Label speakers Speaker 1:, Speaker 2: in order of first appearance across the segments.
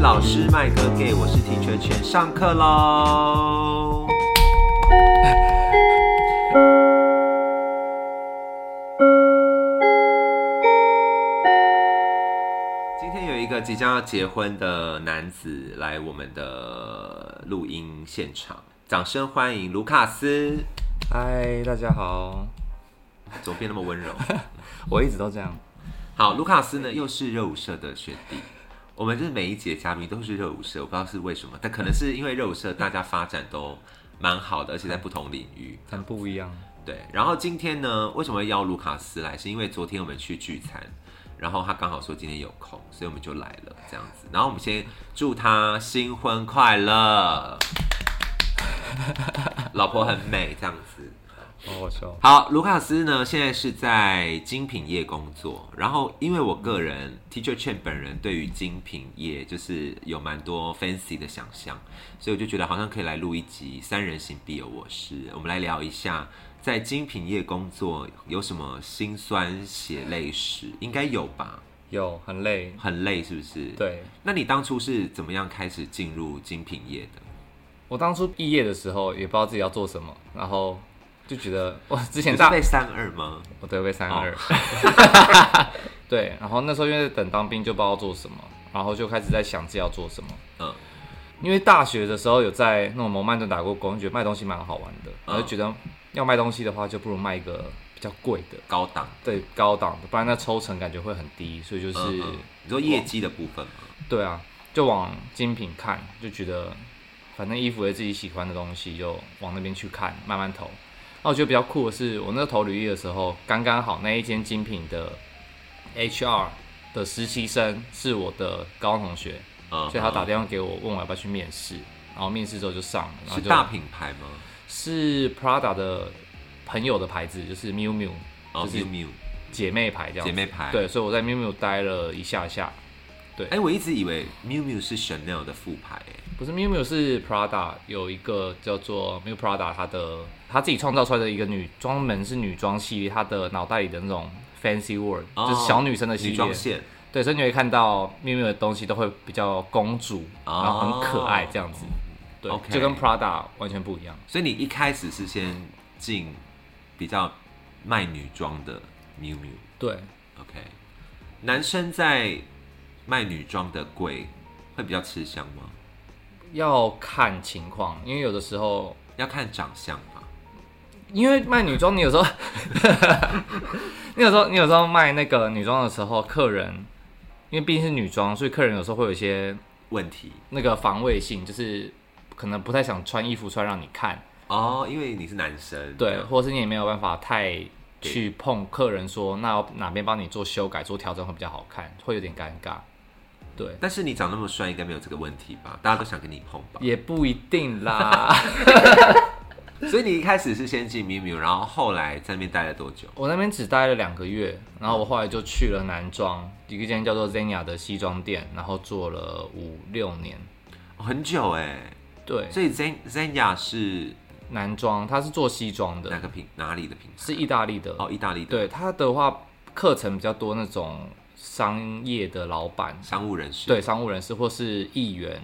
Speaker 1: 老师麦格给，我是提全全，上课喽。 今天有一个即将要结婚的男子来我们的录音现场，掌声欢迎卢卡斯。
Speaker 2: 嗨，大家好，
Speaker 1: 怎么变那么温柔？
Speaker 2: 我一直都这样。
Speaker 1: 好，卢卡斯呢又是热舞社的学弟。我们就是每一节嘉宾都是热舞社，我不知道是为什么，但可能是因为热舞社大家发展都蛮好的，而且在不同领域。
Speaker 2: 很不一样。
Speaker 1: 对，然后今天呢，为什么邀卢卡斯来？是因为昨天我们去聚餐，然后他刚好说今天有空，所以我们就来了这样子。然后我们先祝他新婚快乐， 老婆很美这样子。
Speaker 2: 哦，我说，
Speaker 1: 好，卢卡斯呢，现在是在精品业工作。然后，因为我个人 Teacher Chen 本人对于精品业就是有蛮多 fancy 的想象，所以我就觉得好像可以来录一集《三人行必有我师》，我们来聊一下在精品业工作有什么辛酸血泪史，应该有吧？
Speaker 2: 有很累。
Speaker 1: 很累是不是？。
Speaker 2: 对
Speaker 1: 那你当初是怎么样开始进入精品业的？
Speaker 2: 我当初毕业的时候，也不知道自己要做什么，然后就觉得哇，之前
Speaker 1: 你是
Speaker 2: 大
Speaker 1: 被三二吗？
Speaker 2: 我得被三二。 对，然后那时候因为等当兵就不知道做什么，然后就开始在想自己要做什么。
Speaker 1: 嗯，
Speaker 2: 因为大学的时候有在那种摩曼顿打过工，觉得卖东西蛮好玩的，
Speaker 1: 啊
Speaker 2: 然后就觉得要卖东西的话，就不如卖一个比较贵的，
Speaker 1: 高档。
Speaker 2: 对，高档的，不然那抽成感觉会很低，所以就是。
Speaker 1: 嗯嗯你说业绩的部分吗？
Speaker 2: 对啊，就往精品看，就觉得反正衣服也自己喜欢的东西，就往那边去看，慢慢投。那我觉得比较酷的是，我那时候投履历的时候，刚刚好那一间精品的 HR 的实习生是我的高中同学，
Speaker 1: 嗯，
Speaker 2: 所以他打电话给我，问我要不要去面试。然后面试之后就上了，然后
Speaker 1: 是
Speaker 2: 就
Speaker 1: 大品牌吗？
Speaker 2: 是 Prada 的朋友的牌子，就是 Miu Miu
Speaker 1: 哦
Speaker 2: 就是
Speaker 1: ，Miu Miu
Speaker 2: 姐妹牌这样
Speaker 1: 姐
Speaker 2: 子。
Speaker 1: 妹牌。，
Speaker 2: 对，所以我在 Miu Miu 待了一下下，
Speaker 1: 哎，我一直以为 Miu Miu 是 Chanel 的副牌，哎，
Speaker 2: 不是 Miu Miu 是 Prada 有一个叫做 Miu Prada，它的它自己创造出来的一个女专门是女装系列，它的脑袋里的那种 fancy word，、
Speaker 1: 哦
Speaker 2: 就是小女生的系
Speaker 1: 女
Speaker 2: 列
Speaker 1: 装。线。
Speaker 2: 对，所以你会看到 Miu Miu 的东西都会比较公主，
Speaker 1: 哦
Speaker 2: 然后很可爱这样子。对
Speaker 1: OK
Speaker 2: 就跟 Prada 完全不一样。
Speaker 1: 所以你一开始是先进比较卖女装的 Miu Miu，OK，、
Speaker 2: 对，
Speaker 1: 男生在卖女装的柜会比较吃香吗？
Speaker 2: 要看情况，因为有的时候，
Speaker 1: 要看长相吧。
Speaker 2: 因为卖女装，你有时候， 你有时候，你有时候卖那个女装的时候，客人，因为毕竟是女装，所以客人有时候会有一些
Speaker 1: 问题
Speaker 2: 那个防卫性，就是可能不太想穿衣服出来让你看，
Speaker 1: 哦，因为你是男生，
Speaker 2: 对，或者是你也没有办法太去碰客人说，那要哪边帮你做修改、做调整会比较好看，会有点尴尬。对，
Speaker 1: 但是你长那么帅，应该没有这个问题吧？大家都想跟你碰吧？
Speaker 2: 也不一定啦。
Speaker 1: 所以你一开始是先进 Miu Miu，然后后来在那边待了多久？
Speaker 2: 我那边只待了两个月，然后我后来就去了男装一个间叫做 Zenia 的西装店，然后做了五六年。
Speaker 1: 哦很久哎，
Speaker 2: 对，
Speaker 1: 所以 Zen Zenya 是
Speaker 2: 男装它是做西装
Speaker 1: 哪
Speaker 2: 的，
Speaker 1: 个品哪里的品牌？
Speaker 2: 是意大利的，
Speaker 1: 哦，意大利的
Speaker 2: 对它的话课程比较多那种商业的老板，
Speaker 1: 商务人士，，
Speaker 2: 对商务人士或是议员，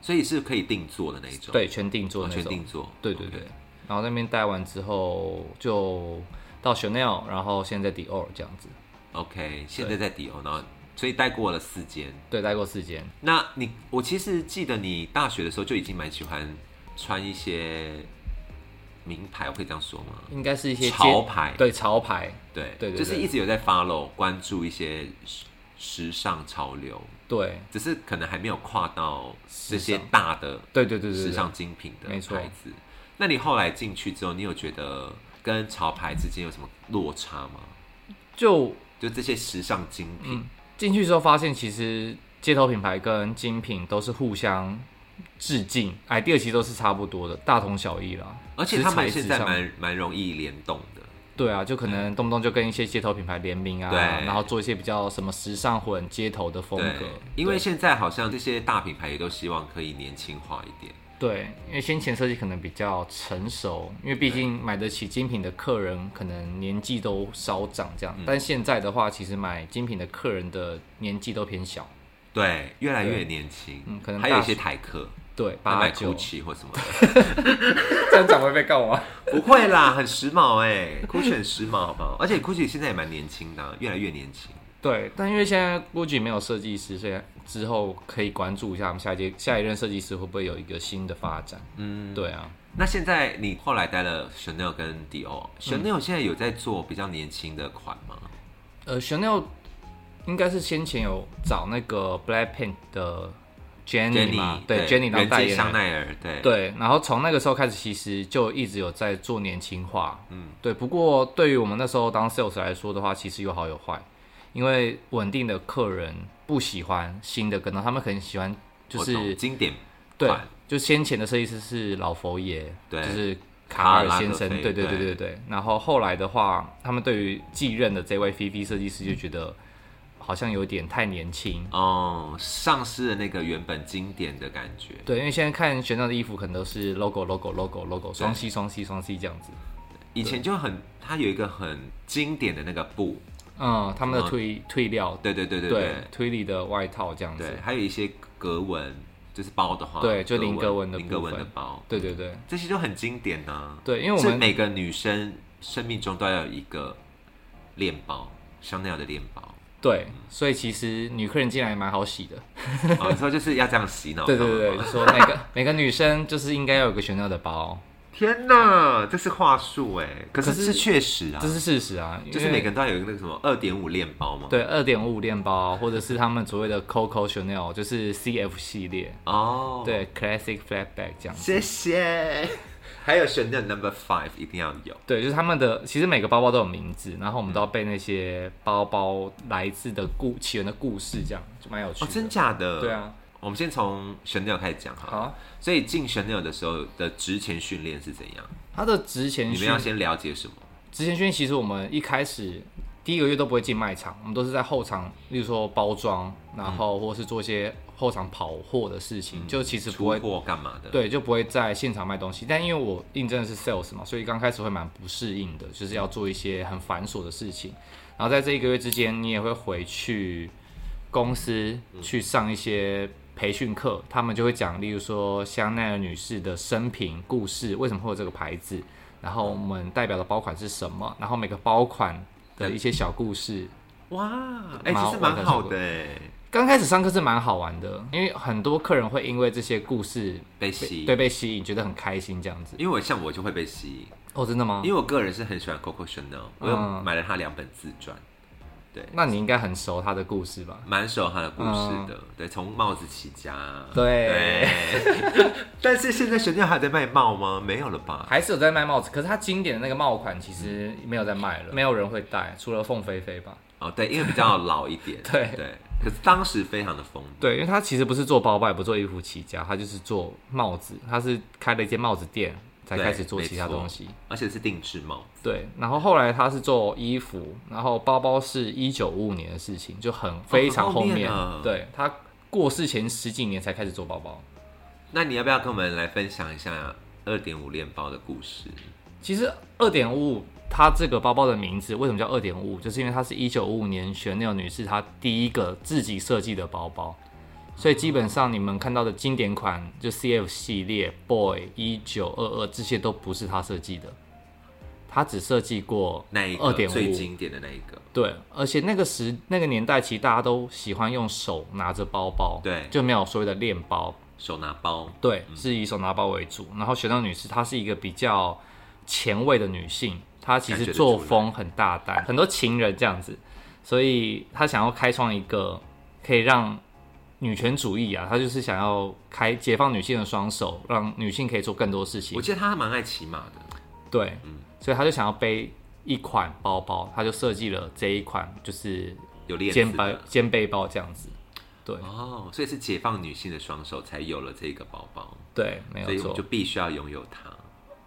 Speaker 1: 所以是可以定做的那一种，
Speaker 2: 对全定做
Speaker 1: 哦，
Speaker 2: 那
Speaker 1: 全
Speaker 2: 种，
Speaker 1: 定做，
Speaker 2: 对对对
Speaker 1: OK。。
Speaker 2: 然后那边待完之后就到 Chanel，然后现在 Dior 这样子，
Speaker 1: OK，现在在迪欧，然后所以待过了四间。
Speaker 2: 对，待过四间，
Speaker 1: 那你我其实记得你大学的时候就已经蛮喜欢穿一些名牌，我可以这样说吗？
Speaker 2: 应该是一些街
Speaker 1: 潮牌，
Speaker 2: 对潮牌，
Speaker 1: 对
Speaker 2: 对对
Speaker 1: 就是
Speaker 2: 对
Speaker 1: 一直有在 follow 关注一些时时尚潮流，
Speaker 2: 对
Speaker 1: 只是可能还没有跨到这
Speaker 2: 时
Speaker 1: 些
Speaker 2: 尚
Speaker 1: 大的
Speaker 2: 对对对对
Speaker 1: 时
Speaker 2: 对，
Speaker 1: 尚精品的
Speaker 2: 没错
Speaker 1: 牌子。那你后来进去之后，你有觉得跟潮牌之间有什么落差吗？
Speaker 2: 就
Speaker 1: 就这些时尚精品，
Speaker 2: 进去之后发现，其实街头品牌跟精品都是互相致敬，idea 其实都是差不多的，大同小异啦。
Speaker 1: 而且他们
Speaker 2: 食材
Speaker 1: 现
Speaker 2: 时
Speaker 1: 在
Speaker 2: 尚
Speaker 1: 蛮蛮容易联动的。
Speaker 2: 对啊，就可能动不动就跟一些街头品牌联名啊，
Speaker 1: 嗯对
Speaker 2: 然后做一些比较什么时尚混街头的风格
Speaker 1: 对。，因为
Speaker 2: 对
Speaker 1: 现在好像这些大品牌也都希望可以年轻化一点。
Speaker 2: 对，因为先前设计可能比较成熟，因为毕竟买得起精品的客人可能年纪
Speaker 1: 嗯
Speaker 2: 都稍长这样，但现在的话，其实买精品的客人的年纪都偏小。
Speaker 1: 对，越来越年轻，
Speaker 2: 嗯可能
Speaker 1: 还有一
Speaker 2: 大
Speaker 1: 些台客，
Speaker 2: 对，
Speaker 1: 他
Speaker 2: 八百
Speaker 1: 买
Speaker 2: 九，
Speaker 1: GUCCI 或什么的，
Speaker 2: 这样讲会被告吗？
Speaker 1: 不会啦，很时髦哎、g u c c i 很时髦，好不好？而且 GUCCI 现在也蛮年轻的啊、越来越年轻。
Speaker 2: 对，但因为现在 GUCCI 没有设计师，所以之后可以关注一下我们下一届下一任设计师会不会有一个新的发展。嗯，对啊，
Speaker 1: 那现在你后来待了 Chanel 跟
Speaker 2: 嗯
Speaker 1: Dior，Chanel 现在有在做比较年轻的款吗？
Speaker 2: 呃，Chanel 应该是先前有找那个 Blackpink 的 Jennie 嘛，对 Jennie 当
Speaker 1: 人
Speaker 2: 代
Speaker 1: 间
Speaker 2: 言
Speaker 1: 香
Speaker 2: 人。
Speaker 1: 奈儿，对
Speaker 2: 对，然后从那个时候开始，其实就一直有在做年轻化。嗯，对。不过对于我们那时候当 sales 来说的话，其实有好有坏，因为稳定的客人不喜欢新的跟到，他们很喜欢就
Speaker 1: 我懂
Speaker 2: 是
Speaker 1: 经典
Speaker 2: 对
Speaker 1: 款，
Speaker 2: 就先前的设计师是老佛爷，
Speaker 1: 对
Speaker 2: 就是
Speaker 1: 卡
Speaker 2: 卡
Speaker 1: 尔
Speaker 2: 尔
Speaker 1: 拉
Speaker 2: 先
Speaker 1: 格
Speaker 2: 生，
Speaker 1: 菲
Speaker 2: 对对
Speaker 1: 对
Speaker 2: 对对对。然后后来的话，他们对于继任的这位 VV 设计师就觉得好像有点太年轻。
Speaker 1: 哦，丧失了那个原本经典的感觉。
Speaker 2: 对，因为现在看选到的衣服，可能都是 logo logo logo logo 双 C 双 C 双 C 这样子。
Speaker 1: 以前就很，它有一个很经典的那个布，
Speaker 2: 嗯，他们的
Speaker 1: 什么
Speaker 2: 退退料，
Speaker 1: 对对对对
Speaker 2: 对
Speaker 1: 对
Speaker 2: 推理的外套这样子
Speaker 1: 对，。还有一些格纹，就是包的话，
Speaker 2: 对就菱格纹的
Speaker 1: 菱
Speaker 2: 部
Speaker 1: 格纹的
Speaker 2: 分
Speaker 1: 包，
Speaker 2: 对对对
Speaker 1: 这些就很经典啊呐、
Speaker 2: 对，因为我
Speaker 1: 是
Speaker 2: 们
Speaker 1: 每个女生生命中都要有一个链包，香奈儿的链包。
Speaker 2: 对，所以其实女客人进来蛮好洗的。
Speaker 1: 哦，你说就是要这样洗脑？
Speaker 2: 对对对对，就说每个 每个女生就是应该要有个选料的包。
Speaker 1: 天哪，这是话术哎，可是
Speaker 2: 可是
Speaker 1: 是确实啊
Speaker 2: 这，是事实啊，
Speaker 1: 就是
Speaker 2: 因为
Speaker 1: 每个人都要有那个什么二点五链包嘛。
Speaker 2: 对二点五链包，或者是他们所谓的 Coco Chanel，就是 CF 系列，
Speaker 1: 哦，，
Speaker 2: 对 Classic Flatback 这样。
Speaker 1: 谢谢。还有选的 Number Five 一定要有，哦
Speaker 2: 对，就是他们的，其实每个包包都有名字，然后我们都
Speaker 1: 嗯
Speaker 2: 要背那些包包来自的故起源的故事，这样就蛮有趣
Speaker 1: 哦，
Speaker 2: 的。
Speaker 1: 真假的？
Speaker 2: 对。啊，
Speaker 1: 我们先从 Chanel 开始讲哈。
Speaker 2: 好啊，
Speaker 1: 所以进 Chanel 的时候的职前训练是怎样？
Speaker 2: 它的值钱
Speaker 1: 你们
Speaker 2: 训
Speaker 1: 要，先了解什么？
Speaker 2: 值钱训其实我们一开始第一个月都不会进卖场，我们都是在后场，例如说包装，然
Speaker 1: 嗯
Speaker 2: 后或是做一些后场跑货的事情，就其实不
Speaker 1: 出
Speaker 2: 会
Speaker 1: 货干嘛的？，
Speaker 2: 对，就不会在现场卖东西。但因为我应征的是 sales 嘛，所以刚开始会蛮不适应的，就是要做一些很繁琐的事情。然后在这一个月之间，你也会回去公司
Speaker 1: 嗯
Speaker 2: 去上一些培训课，他们就会讲，例如说香奈儿女士的生平故事，为什么会有这个牌子，然后我们代表的包款是什么，然后每个包款的一些小故事。
Speaker 1: 哇，哎、
Speaker 2: 蛮
Speaker 1: 其实蛮好的哎、
Speaker 2: 刚开始上课是蛮好玩的，因为很多客人会因为这些故事
Speaker 1: 被吸引。
Speaker 2: 对被吸引，觉得很开心这样子。
Speaker 1: 因为我像我就会被吸引，
Speaker 2: 哦，真的吗
Speaker 1: 因？为我个人是很喜欢 Coco Chanel，我
Speaker 2: 嗯
Speaker 1: 又买了他两本自传，
Speaker 2: 那你应该很熟他的故事吧？
Speaker 1: 蛮熟他的故事的。对，从帽子起家。
Speaker 2: 嗯对
Speaker 1: 对 但是现在 Chanel 还在卖帽吗？没有了吧？
Speaker 2: 还是有在卖帽子，可是他经典的那个帽款其实没有在卖了，没有人会戴，除了凤飞飞吧？
Speaker 1: 哦，对，因为比较老一点。
Speaker 2: 对
Speaker 1: 对，可是当时非常的风靡。
Speaker 2: 对，因为他其实不是做包包，也不做衣服起家，他就是做帽子，他是开了一间帽子店才
Speaker 1: 对
Speaker 2: 开始做其他
Speaker 1: 没错
Speaker 2: 东西。
Speaker 1: 而且是定制帽，
Speaker 2: 对，然后后来他是做衣服，然后包包是一九五五年的事情，就哦很非常
Speaker 1: 后
Speaker 2: 后
Speaker 1: 面
Speaker 2: 面。
Speaker 1: 了
Speaker 2: 对他过世前十几年才开始做包包。
Speaker 1: 那你要不要跟我们来分享一下二点五链包的故事？
Speaker 2: 其实二点五，它这个包包的名字为什么叫二点五？就是因为它是一九五五年选内女士她第一个自己设计的包包，所以基本上你们看到的经典款就 CF 系列、Boy 一九二二这些都不是她设计的，她只设计过
Speaker 1: 那一个
Speaker 2: 二点
Speaker 1: 最
Speaker 2: 五。
Speaker 1: 经典的那一个，
Speaker 2: 对，而且那个时那个年代，其实大家都喜欢用手拿着包包，
Speaker 1: 对
Speaker 2: 就没有所谓的链包，
Speaker 1: 手拿包，
Speaker 2: 对，是以手拿包为主。然后雪诺女士她是一个比较前卫的女性，她其实作风很大胆，很多情人这样子，所以她想要开创一个可以让女权主义啊，她就是想要开解放女性的双手，让女性可以做更多事情
Speaker 1: 我。记嗯得他还蛮爱骑马的。
Speaker 2: 对，所以她就想要背一款包包，她就设计了这一款就是
Speaker 1: 有链
Speaker 2: 肩
Speaker 1: 子啊
Speaker 2: 背
Speaker 1: 的
Speaker 2: 肩背包这样子。对
Speaker 1: 哦，所以是解放女性的双手才有了这个包包，
Speaker 2: 对，没有
Speaker 1: 所以我
Speaker 2: 错
Speaker 1: 们就。必须要拥有它，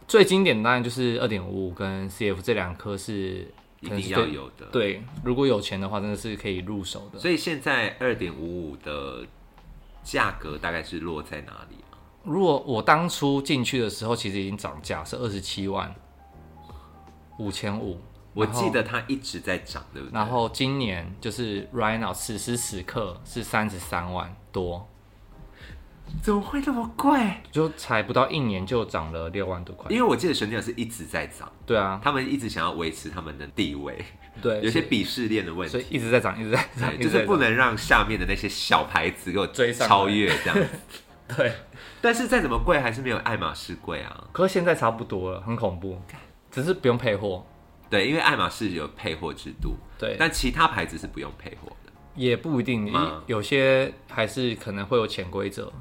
Speaker 2: 最经典的当然就是二点五跟 CF 这两颗是
Speaker 1: 一
Speaker 2: 可能
Speaker 1: 定
Speaker 2: 是
Speaker 1: 要
Speaker 2: 对
Speaker 1: 有的。，
Speaker 2: 对，如果有钱的话，真的是可以入手的。
Speaker 1: 所以现在二点五五的价格大概是落在哪里啊？
Speaker 2: 如果我当初进去的时候，其实已经涨价是二十七万五千五，
Speaker 1: 我
Speaker 2: 然后
Speaker 1: 记得它一直在涨，对不对？
Speaker 2: 然后今年就是 right now 此时此刻是三十三万多，
Speaker 1: 怎么会那么贵？
Speaker 2: 就才不到一年就涨了六万多块
Speaker 1: 因。为我记得神鸟是一直在涨，
Speaker 2: 对啊，
Speaker 1: 他们一直想要维持他们的地位，
Speaker 2: 对，
Speaker 1: 有些
Speaker 2: 所以
Speaker 1: 鄙视链的问
Speaker 2: 所以
Speaker 1: 题，
Speaker 2: 一直在涨，一直在涨，
Speaker 1: 对，就
Speaker 2: 一直在
Speaker 1: 是
Speaker 2: 涨
Speaker 1: 不能让下面的那些小牌子给我
Speaker 2: 追上来
Speaker 1: 超越这样。
Speaker 2: 对。
Speaker 1: 但是再怎么贵，还是没有爱马仕贵啊。
Speaker 2: 可是现在差不多了，很恐怖，只是不用配货，
Speaker 1: 对，因为爱马仕有配货制度，
Speaker 2: 对，
Speaker 1: 但其他牌子是不用配货的。
Speaker 2: 也不一定，
Speaker 1: 嗯
Speaker 2: 有些还是可能会有潜规则，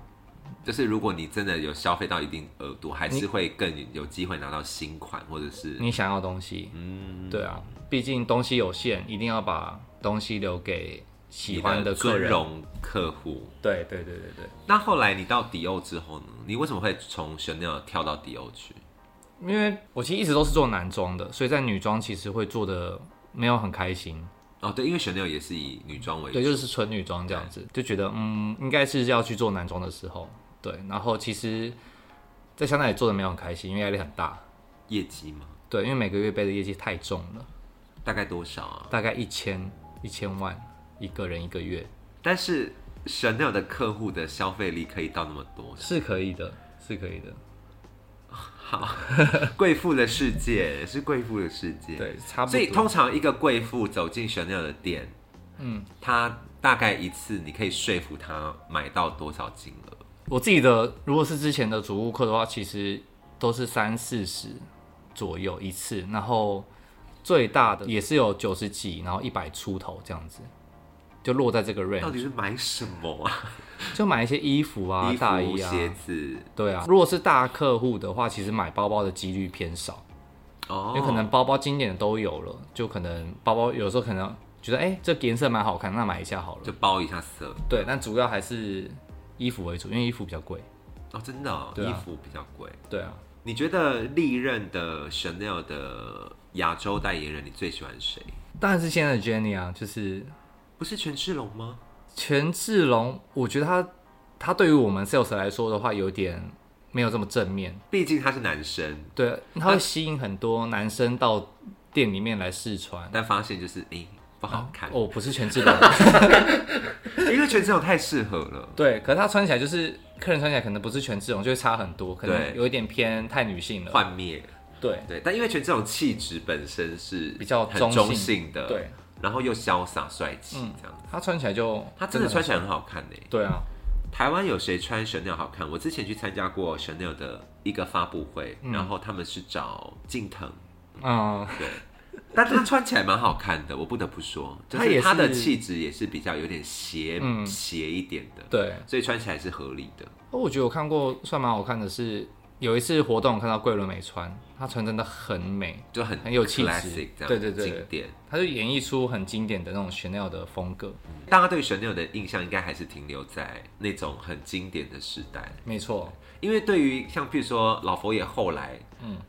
Speaker 1: 就是如果你真的有消费到一定额度，还是会更有机会拿到新款，或者是
Speaker 2: 你想要的东西，
Speaker 1: 嗯，
Speaker 2: 对啊，毕竟东西有限，一定要把东西留给喜欢
Speaker 1: 你的
Speaker 2: 个
Speaker 1: 尊
Speaker 2: 人，
Speaker 1: 荣客户。
Speaker 2: 对对对对对，
Speaker 1: 那后来你到迪奥之后呢？你为什么会从 Chanel 跳到迪奥去？
Speaker 2: 因为我其实一直都是做男装的，所以在女装其实会做的没有很开心，
Speaker 1: 哦，对，因为 Chanel 也是以女装为主，
Speaker 2: 对，就是纯女装这样子，就觉得嗯，应该是要去做男装的时候，对，然后其实，在香奈也做的没有很开心，因为压力很大，
Speaker 1: 业绩嘛，
Speaker 2: 对，因为每个月背的业绩太重了，
Speaker 1: 大概多少啊？
Speaker 2: 大概一千一千万一个人一个月
Speaker 1: 但是 Chanel 的客户的消费力可以到那么多，
Speaker 2: 是可以的，是可以的，
Speaker 1: 贵妇的世界是贵妇的世界，
Speaker 2: 对，差不
Speaker 1: 所以
Speaker 2: 多
Speaker 1: 通。常一个贵妇走进 Chanel 的店，嗯，她大概一次你可以说服她买到多少金额？
Speaker 2: 我自己的如果是之前的主顾客的话，其实都是三四十左右一次，然后最大的也是有九十几，然后一百出头这样子，就落在这个 range。
Speaker 1: 到底是买什么啊？
Speaker 2: 就买一些衣服啊、
Speaker 1: 衣
Speaker 2: 大
Speaker 1: 服、
Speaker 2: 衣
Speaker 1: 鞋
Speaker 2: 啊，
Speaker 1: 子
Speaker 2: 对啊。如果是大客户的话，其实买包包的几率偏少，
Speaker 1: 哦，
Speaker 2: 有可能包包经典的都有了，就可能包包有时候可能觉得哎、这个颜色蛮好看，那买一下好了。
Speaker 1: 就包一下色
Speaker 2: 对，但主要还是衣服为主，因为衣服比较贵。
Speaker 1: 哦，真的、哦
Speaker 2: 对啊
Speaker 1: 衣服比较贵。
Speaker 2: 对啊，
Speaker 1: 你觉得历任的 Chanel 的亚洲代言人，你最喜欢谁？
Speaker 2: 当然是现在的 Jenny 啊，就是
Speaker 1: 不是权志龙吗？
Speaker 2: 权志龙，我觉得他他对于我们 sales 来说的话，有点没有这么正面。
Speaker 1: 毕竟他是男生，
Speaker 2: 对，他会吸引很多男生到店里面来试穿。
Speaker 1: 但发现就是诶、不好看，
Speaker 2: 哦，不是权 志龙，
Speaker 1: 因为权志龙太适合了。
Speaker 2: 对，可是他穿起来就是客人穿起来可能不是权志龙，就会差很多，可能
Speaker 1: 对
Speaker 2: 有一点偏太女性了。
Speaker 1: 幻灭，
Speaker 2: 对
Speaker 1: 对，但因为权志龙气质本身是
Speaker 2: 比较
Speaker 1: 很
Speaker 2: 中性
Speaker 1: 中性的，
Speaker 2: 对，
Speaker 1: 然后又潇洒帅气这样。
Speaker 2: 他穿起来就
Speaker 1: 他真的穿
Speaker 2: 很
Speaker 1: 起来很好看呢。欸
Speaker 2: 对啊，
Speaker 1: 台湾有谁穿 Chanel 好看？我之前去参加过 Chanel 的一个发布会，然后他们是找近藤，
Speaker 2: 嗯，
Speaker 1: 对，但他穿起来蛮好看的，我不得不说，就
Speaker 2: 他也
Speaker 1: 是
Speaker 2: 是
Speaker 1: 他的气质也是比较有点斜
Speaker 2: 嗯
Speaker 1: 斜一点的，
Speaker 2: 对。
Speaker 1: 所以穿起来是合理的。
Speaker 2: 哦我觉得我看过算蛮好看的是，有一次活动我看到桂纶镁穿，她穿真的很美，
Speaker 1: 就很
Speaker 2: 很有气质
Speaker 1: classic 这样，
Speaker 2: 对对对
Speaker 1: 经典。
Speaker 2: 她就演绎出很经典的那种 Chanel 的风格。
Speaker 1: 大家对 Chanel 的印象应该还是停留在那种很经典的时代，
Speaker 2: 没错，
Speaker 1: 因为对于像譬如说老佛爷后来，嗯
Speaker 2: 嗯，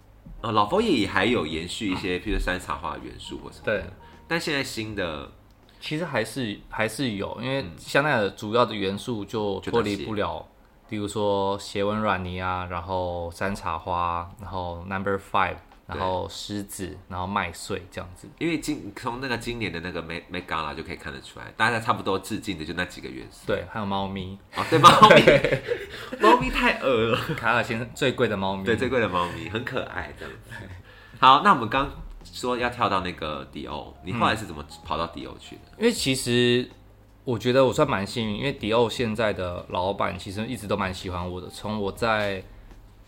Speaker 1: 呃，老佛爷也还有延续一些，譬如说山茶花的元素或什么的
Speaker 2: 对，
Speaker 1: 但现在新的
Speaker 2: 其实还是还是有，因为香奈儿主要的元素嗯就
Speaker 1: 就那
Speaker 2: 脱
Speaker 1: 些
Speaker 2: 离不了，比如说斜纹软泥啊，然后山茶花，然后 Number Five，然后狮子，然后麦穗这样子。
Speaker 1: 因为今从那个今年的那个 Met Met Gala 就可以看得出来，大家差不多致敬的就那几个元素。
Speaker 2: 对，还有猫咪，
Speaker 1: 哦，对，猫咪，猫咪太恶了。
Speaker 2: 卡尔先生最贵的猫咪。
Speaker 1: 对，最贵的猫咪很可爱，这样子。好，那我们刚说要跳到那个迪欧，你后来是怎么跑到迪欧去的？
Speaker 2: 因为其实我觉得我算蛮幸运，因为迪奥现在的老板其实一直都蛮喜欢我的。从我在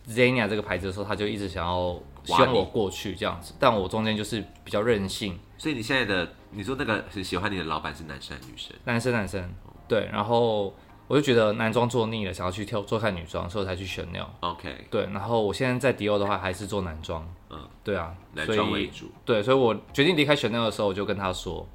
Speaker 2: Zenia 这个牌子的时候，他就一直想要希望我过去这样子，但我中间就是比较任性，
Speaker 1: 所以你现在的，你说那个很喜欢你的老板是男生还是女生？
Speaker 2: 男生男生对，然后我就觉得男装做腻了，想要去跳做看女装，所以我才去选料。
Speaker 1: OK，
Speaker 2: 对，然后我现在在迪奥的话还是做男装，
Speaker 1: 嗯
Speaker 2: 嗯，对啊，
Speaker 1: 男
Speaker 2: 所
Speaker 1: 装为
Speaker 2: 以
Speaker 1: 主。
Speaker 2: 对，所以我决定离开选料的时候，我就跟他说，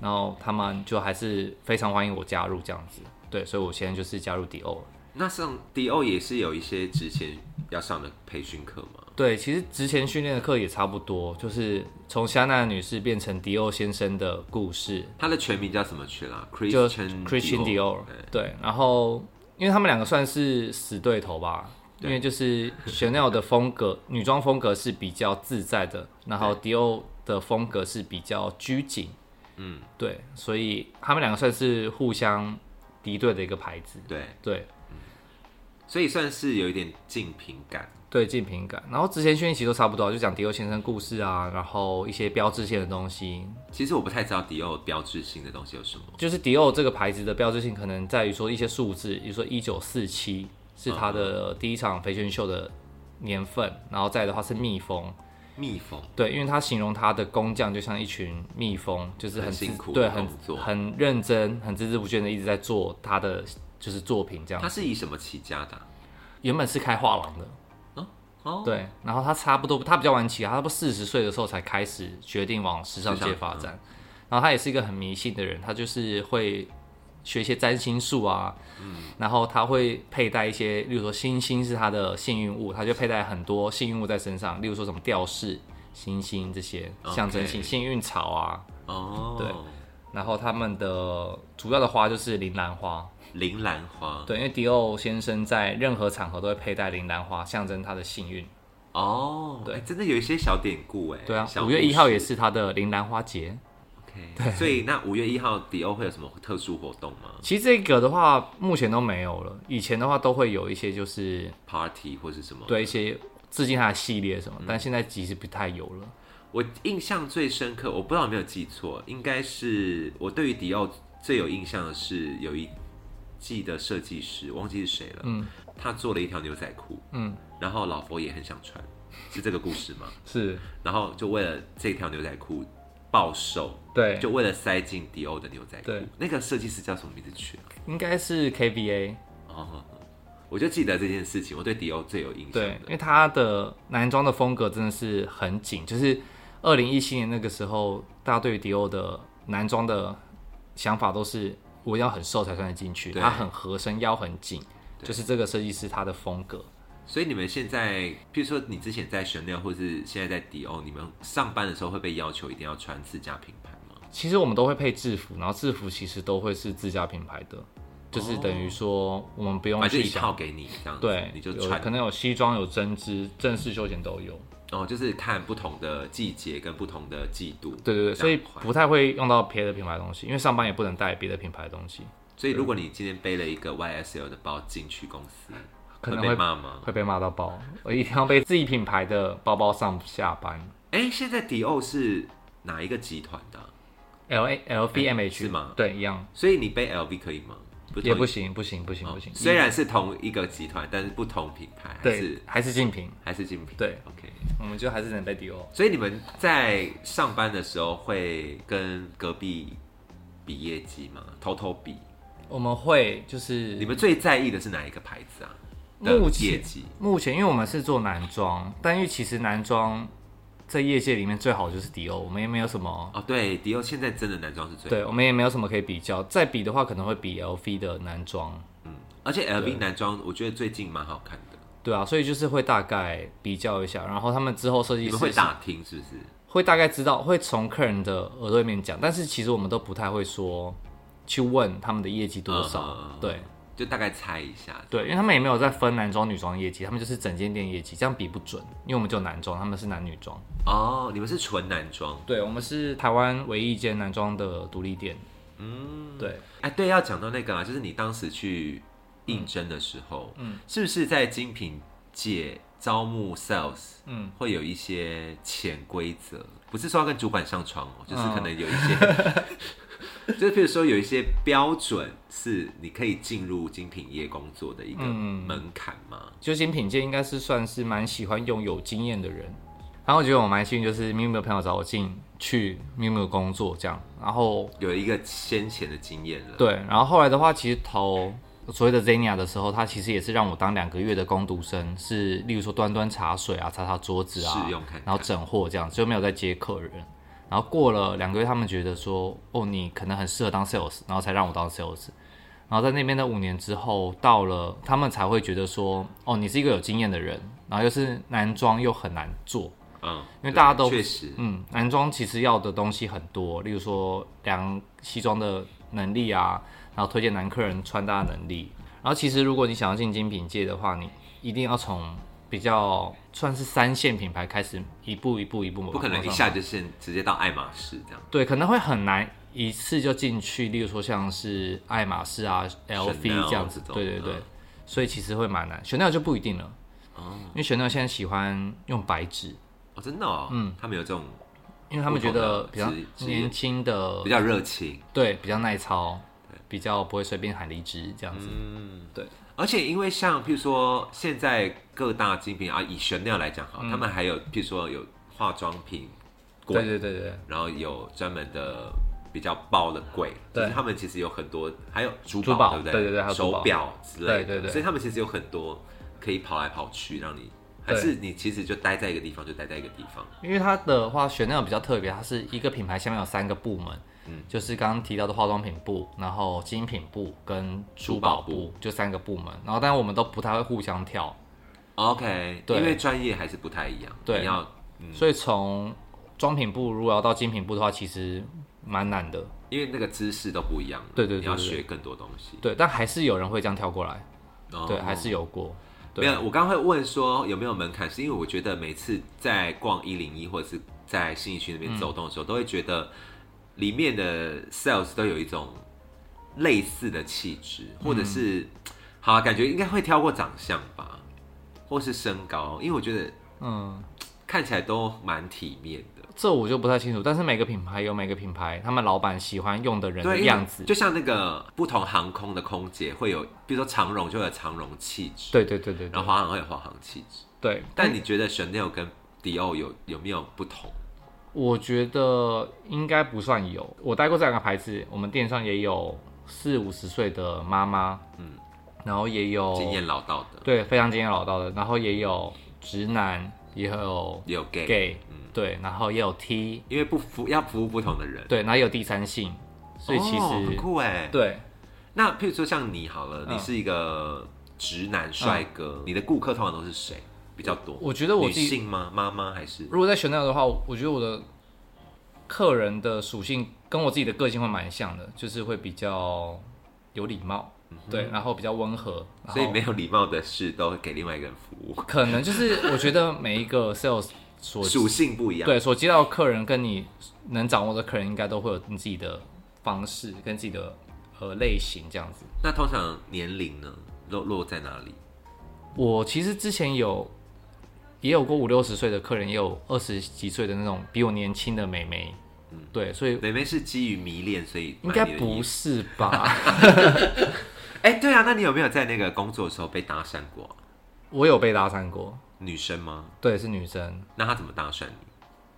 Speaker 2: 然后他们就还是非常欢迎我加入这样子，对，所以我现在就是加入迪奥了。
Speaker 1: 那上迪欧也是有一些之前要上的培训课吗？
Speaker 2: 对，其实之前训练的课也差不多，就是从香奈儿女士变成迪奥先生的故事，
Speaker 1: 他的全名叫什么去啦
Speaker 2: 就
Speaker 1: 嗯？Christian
Speaker 2: Christian
Speaker 1: Dior
Speaker 2: Dior 对，然后因为他们两个算是死对头吧，因为就是 Chanel 的风格，女装风格是比较自在的，然后 Dior 的风格是比较拘谨，
Speaker 1: 嗯，
Speaker 2: 对，所以他们两个算是互相敌对的一个牌子，
Speaker 1: 对，
Speaker 2: 对
Speaker 1: 所以算是有一点竞品感。
Speaker 2: 对，竞品感。然后之前轩逸其实都差不多，啊就讲迪欧先生故事啊，然后一些标志性的东西，
Speaker 1: 其实我不太知道迪奥标志性的东西有什么。
Speaker 2: 就是迪奥这个牌子的标志性可能在于说一些数字，比如说一九四七是它
Speaker 1: 嗯
Speaker 2: 的第一场飞圈秀的年份，然后再的话是蜜蜂，
Speaker 1: 蜜蜂，
Speaker 2: 对，因为他形容他的工匠就像一群蜜蜂，就是
Speaker 1: 很
Speaker 2: 很自
Speaker 1: 辛苦
Speaker 2: 对，
Speaker 1: 的
Speaker 2: 很
Speaker 1: 工作
Speaker 2: 很认真、很孜孜不倦的一直在做他的就是作品这样
Speaker 1: 它。是以什么起家的啊、
Speaker 2: 原本是开画廊的，
Speaker 1: 哦，
Speaker 2: 对，然后他差不多他比较晚起，他差不多四十岁的时候才开始决定往时尚界发
Speaker 1: 时嗯
Speaker 2: 展。然后他也是一个很迷信的人，他就是会学一些占星术啊，
Speaker 1: 嗯
Speaker 2: 然后他会佩戴一些，例如说星星是他的幸运物，他就佩戴很多幸运物在身上，例如说什么吊饰、星星这些象征性
Speaker 1: OK
Speaker 2: 幸运草啊。
Speaker 1: 哦，
Speaker 2: 然后他们的主要的花就是铃兰花，
Speaker 1: 铃兰花，
Speaker 2: 对，因为迪奥先生在任何场合都会佩戴铃兰花，象征他的幸运。
Speaker 1: 哦，
Speaker 2: 对
Speaker 1: 哎真的有一些小典故哎。
Speaker 2: 对啊，
Speaker 1: 小
Speaker 2: 五月一号也
Speaker 1: 故事。
Speaker 2: 是他的铃兰花节。
Speaker 1: OK，所以那五月一号迪欧会有什么特殊活动吗
Speaker 2: 其实这个的话，目前都没有了，以前的话都会有一些就是
Speaker 1: ？Party 或是什么？
Speaker 2: 对一些致敬他的系列
Speaker 1: 嗯
Speaker 2: 什么，但现在其实不太有了。
Speaker 1: 我印象最深刻，我不知道有没有记错，应该是我对于迪奥最有印象的是有一季的设计师，忘记是谁了，
Speaker 2: 嗯
Speaker 1: 他做了一条牛仔裤，
Speaker 2: 嗯，
Speaker 1: 然后老佛爷很想穿，是这个故事吗？
Speaker 2: 是
Speaker 1: 然后就为了这条牛仔裤暴瘦，
Speaker 2: 对，
Speaker 1: 就为了塞进迪欧的牛仔裤
Speaker 2: 对，
Speaker 1: 那个设计师叫什么名字去了？
Speaker 2: 应该是 KVA
Speaker 1: 哦，我就记得这件事情，我对迪欧最有印象
Speaker 2: 对，因
Speaker 1: 的。
Speaker 2: 为他的男装的风格真的是很紧，就是二零一七年那个时候，大家对于迪奥的男装的想法都是我要很瘦才穿得进去，
Speaker 1: 对
Speaker 2: 他很合身，腰很紧，
Speaker 1: 对
Speaker 2: 就是这个设计师他的风格。
Speaker 1: 所以你们现在，譬如说你之前在 Chanel 或是现在在迪欧，你们上班的时候会被要求一定要穿自家品牌吗？
Speaker 2: 其实我们都会配制服，然后制服其实都会是自家品牌的，就是等于说我们不用
Speaker 1: 反正
Speaker 2: 去
Speaker 1: 一套
Speaker 2: 想，
Speaker 1: 给你哦这样子，
Speaker 2: 对，
Speaker 1: 你就
Speaker 2: 有
Speaker 1: 穿
Speaker 2: 可。能有西装、有针织、正式休闲都有。
Speaker 1: 哦，就是看不同的季节跟不同的季度。
Speaker 2: 对对对，所以
Speaker 1: 这样换
Speaker 2: 不太会用到别的品牌的东西，因为上班也不能带别的品牌的东西，
Speaker 1: 所以如果你今天背了一个 YSL 的包进去公司，
Speaker 2: 可能
Speaker 1: 会被
Speaker 2: 会
Speaker 1: 骂吗？
Speaker 2: 会被骂到爆。我一定要背自己品牌的包包上下班。
Speaker 1: 哎，现在迪欧是哪一个集团的啊、
Speaker 2: L A L V M H
Speaker 1: 哎是吗
Speaker 2: 对，一样
Speaker 1: 所以你背 LV 可以吗？不
Speaker 2: 也不
Speaker 1: 行、
Speaker 2: 行，不行，不行，
Speaker 1: 哦
Speaker 2: 不行。
Speaker 1: 虽然是同一个集团，但是不同品牌，还
Speaker 2: 对
Speaker 1: 是
Speaker 2: 还是竞品，
Speaker 1: 还是精品。
Speaker 2: 对
Speaker 1: ，OK。
Speaker 2: 我们就还是能背迪欧。
Speaker 1: 所以你们在上班的时候会跟隔壁比业绩吗？偷偷比？
Speaker 2: 我们会就是
Speaker 1: 你们最在意的是哪一个牌子啊？的业
Speaker 2: 目前
Speaker 1: 绩
Speaker 2: 目前，因为我们是做男装，但因为其实男装在业界里面最好就是迪欧，我们也没有什么，
Speaker 1: 哦，对，迪欧现在真的男装是最
Speaker 2: 对我们也没有什么可以比较。再比的话，可能会比 LV 的男装，
Speaker 1: 而且 LV 男装我觉得最近蛮好看的，
Speaker 2: 对啊，所以就是会大概比较一下，然后他们之后设计
Speaker 1: 你
Speaker 2: 师
Speaker 1: 们会
Speaker 2: 是
Speaker 1: 打听是不是？
Speaker 2: 会大概知道，会从客人的耳朵里面讲，但是其实我们都不太会说去问他们的业绩多少，
Speaker 1: 嗯嗯嗯嗯
Speaker 2: 对
Speaker 1: 就大概猜一下。
Speaker 2: 对，因为他们也没有在分男装女装业绩，他们就是整间店业绩，这样比不准，因为我们就男装，他们是男女装。
Speaker 1: 哦，你们是纯男装？
Speaker 2: 对，我们是台湾唯一一间男装的独立店。嗯，对，
Speaker 1: 哎，对，要讲到那个啊，就是你当时去应征的时候，嗯，是不是在精品界招募 sales，
Speaker 2: 嗯，
Speaker 1: 会有一些潜规则？不是说要跟主管上床哦，
Speaker 2: 嗯
Speaker 1: 就是可能有一些， 就是譬如说有一些标准是你可以进入精品业工作的一个
Speaker 2: 嗯
Speaker 1: 门槛吗？
Speaker 2: 就精品界应该是算是蛮喜欢用有经验的人。然后我觉得我蛮幸运，就是 miu miu 朋友找我进去 miu miu 工作这样。然后
Speaker 1: 有一个先前的经验了，
Speaker 2: 对，然后后来的话，其实投所谓的 Zenia 的时候，他其实也是让我当两个月的工读生，是例如说端端茶水啊、擦擦桌子啊，
Speaker 1: 试用看看
Speaker 2: 然后整货这样，就没有在接客人。然后过了两个月，他们觉得说，哦，你可能很适合当 sales，然后才让我当 sales。然后在那边的五年之后，到了他们才会觉得说，哦，你是一个有经验的人，然后又是男装又很难做，
Speaker 1: 嗯，
Speaker 2: 因为
Speaker 1: 对
Speaker 2: 大家都
Speaker 1: 确实，
Speaker 2: 嗯，男装其实要的东西很多，例如说量西装的能力啊，然后推荐男客人穿搭的能力。然后其实如果你想要进精品界的话，你一定要从比较算是三线品牌开始，一步一步一步往
Speaker 1: 不可能一
Speaker 2: 上
Speaker 1: 下就是直接到爱马仕这样。
Speaker 2: 对，可能会很难一次就进去，例如说像是爱马仕啊、LV 这样子
Speaker 1: 这，种
Speaker 2: 对对对，
Speaker 1: 嗯
Speaker 2: 所以其实会蛮难。选料就不一定了，
Speaker 1: 哦
Speaker 2: 因为选料现在喜欢用白纸，
Speaker 1: 哦，真的哦，嗯，他们有这种
Speaker 2: 因为他们觉得
Speaker 1: 不
Speaker 2: 比较
Speaker 1: 同的职职业
Speaker 2: 年轻的
Speaker 1: 比，较热情，
Speaker 2: 对，比较耐操，比较不会随便喊离职这样子。
Speaker 1: 嗯而且因为像譬如说现在各大精品啊，以 Chanel 来讲哈，
Speaker 2: 嗯
Speaker 1: 他们还有譬如说有化妆品柜，
Speaker 2: 对对对对，
Speaker 1: 然后有专门的比较包的柜，
Speaker 2: 对
Speaker 1: 就是他们其实有很多，还有珠宝，
Speaker 2: 珠宝
Speaker 1: 对不对？
Speaker 2: 对对对还有珠
Speaker 1: 手
Speaker 2: 宝
Speaker 1: 表之类的，
Speaker 2: 对对对
Speaker 1: 所以他们其实有很多可以跑来跑去，让你还
Speaker 2: 对
Speaker 1: 是你其实就待在一个地方就待在一个地方，
Speaker 2: 因为它的话选料比较特别，它是一个品牌下面有三个部门。
Speaker 1: 嗯
Speaker 2: 就是刚刚提到的化妆品部，然后精品部跟珠宝
Speaker 1: 珠宝
Speaker 2: 部，就三个部门。然后，但我们都不太会互相跳，
Speaker 1: OK，
Speaker 2: 对
Speaker 1: 因为专业还是不太一样，
Speaker 2: 对
Speaker 1: 你要
Speaker 2: 所以从装品部如果要到精品部的话，其实蛮难的。
Speaker 1: 因为那个知识都不一样了，
Speaker 2: 对对对
Speaker 1: 你要
Speaker 2: 对对
Speaker 1: 学更多东西，
Speaker 2: 对，但还是有人会这样跳过来，
Speaker 1: 哦
Speaker 2: 对，还是有过。
Speaker 1: 没
Speaker 2: 对
Speaker 1: 有，我刚刚会问说有没有门槛，是因为我觉得每次在逛一零一或者是在信义区那边走动的时候，都会觉得里面的 sales 都有一种类似的气质，或者是、
Speaker 2: 嗯
Speaker 1: 好、啊、感觉应该会挑过长相吧，或是身高，因为我觉得
Speaker 2: 嗯，
Speaker 1: 看起来都蛮体面的。
Speaker 2: 这我就不太清楚，但是每个品牌有每个品牌他们老板喜欢用的人
Speaker 1: 对，
Speaker 2: 的
Speaker 1: 因为
Speaker 2: 样子。
Speaker 1: 就像那个不同航空的空姐会有，比如说长荣就会有长荣气质，
Speaker 2: 对对对对
Speaker 1: 然
Speaker 2: 对
Speaker 1: 后华航会有华航气质。
Speaker 2: 对，
Speaker 1: 但你觉得 Chanel 跟 Dior 有有没有不同？
Speaker 2: 我觉得应该不算有。我待过这两个牌子，我们店上也有四五十岁的妈妈，嗯，然后也有
Speaker 1: 经验老道的，
Speaker 2: 对非常经验老道的，然后也有直男，也有
Speaker 1: 也有 gay，, 嗯
Speaker 2: gay，对，然后也有 T，
Speaker 1: 因为不服要服务不同的人，
Speaker 2: 对，然后也有第三性，所以其实、
Speaker 1: 哦很酷哎。，
Speaker 2: 对
Speaker 1: 那譬如说像你好了，
Speaker 2: 嗯
Speaker 1: 你是一个直男帅哥，你的顾客通常都是谁比较多？
Speaker 2: 我觉得我
Speaker 1: 女
Speaker 2: 自己
Speaker 1: 性吗？妈妈还是
Speaker 2: 如果在选料的话，我觉得我的客人的属性跟我自己的个性会蛮像的，就是会比较有礼貌，对，然后比较温和，
Speaker 1: 嗯
Speaker 2: 然后
Speaker 1: 所以没有礼貌的事都会给另外一个人服务，
Speaker 2: 可能就是我觉得每一个 sales 所
Speaker 1: 属性啊不一样。
Speaker 2: 对所接到的客人跟你能掌握的客人，应该都会有你自己的方式跟自己的呃类型这样子。
Speaker 1: 那通常年龄呢，落落在哪里？
Speaker 2: 我其实之前有也有过五六十岁的客人，也有二十几岁的那种比我年轻的美眉，
Speaker 1: 嗯
Speaker 2: 对，所以
Speaker 1: 妹妹是基于迷恋，所以
Speaker 2: 应
Speaker 1: 买
Speaker 2: 该
Speaker 1: 你的衣
Speaker 2: 不
Speaker 1: 服。
Speaker 2: 是吧？
Speaker 1: 哎、对啊，那你有没有在那个工作的时候被搭讪过？
Speaker 2: 我有被搭讪过，
Speaker 1: 女生吗？
Speaker 2: 对，是女生，
Speaker 1: 那她怎么搭讪你？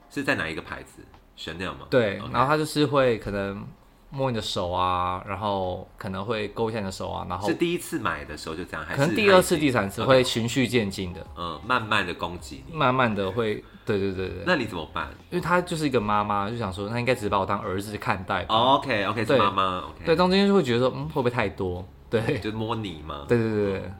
Speaker 1: 是在哪一个牌子？Chanel 吗？
Speaker 2: 对
Speaker 1: OK
Speaker 2: 然后她就是会可能摸你的手啊，然后可能会勾一下你的手啊，然后
Speaker 1: 是第一次买的时候就这样，还
Speaker 2: 可
Speaker 1: 是
Speaker 2: 能第二次、
Speaker 1: 还是
Speaker 2: 第三次会循序渐进的，
Speaker 1: 嗯慢慢的攻击你？
Speaker 2: 慢慢的会，对对对对，
Speaker 1: 那你怎么办、
Speaker 2: 因为她就是一个妈妈，就想说她应该只是把我当儿子看待吧，
Speaker 1: o k OK 哦是
Speaker 2: 对
Speaker 1: 妈妈 OK，
Speaker 2: 对，，中间就会觉得说，嗯，会不会太多？对，
Speaker 1: 就摸你吗？
Speaker 2: 对对对对，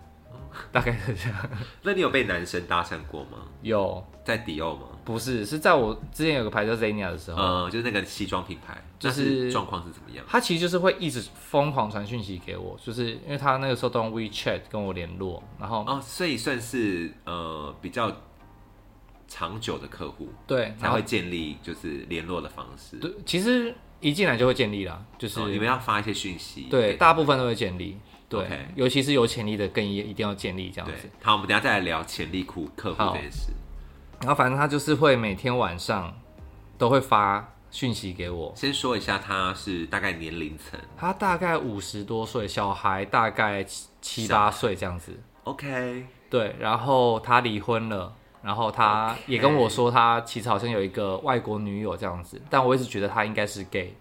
Speaker 2: 大概是这样。
Speaker 1: 那你有被男生搭讪过吗？
Speaker 2: 有
Speaker 1: 在迪奥吗？
Speaker 2: 不是是在我之前有个牌叫 Zenia 的时候，
Speaker 1: 呃，就是那个西装品牌，
Speaker 2: 就
Speaker 1: 那
Speaker 2: 是
Speaker 1: 是状况是怎么样？
Speaker 2: 他其实就是会一直疯狂传讯息给我，就是因为他那个时候都用 WeChat 跟我联络，然后、
Speaker 1: 哦，所以算是呃比较长久的客户
Speaker 2: 对，
Speaker 1: 才
Speaker 2: 然后
Speaker 1: 会建立就是联络的方式，哦
Speaker 2: 对，其实一进来就会建立啦，就是、
Speaker 1: 哦你们要发一些讯息，
Speaker 2: 对，大部分都会建立，对
Speaker 1: OK
Speaker 2: 尤其是有潜力的更一一定要建立这样子
Speaker 1: 对。，好，我们等一下再来聊潜力库客户
Speaker 2: 好
Speaker 1: 这件事。
Speaker 2: 然后反正他就是会每天晚上都会发讯息给我，
Speaker 1: 先说一下，他是大概年龄层
Speaker 2: 他大概五十多岁，小孩大概七七八岁这样子。
Speaker 1: ，OK，
Speaker 2: 对，然后他离婚了，然后他也跟我说，他其实好像有一个外国女友这样子，但我一直觉得他应该是 gay，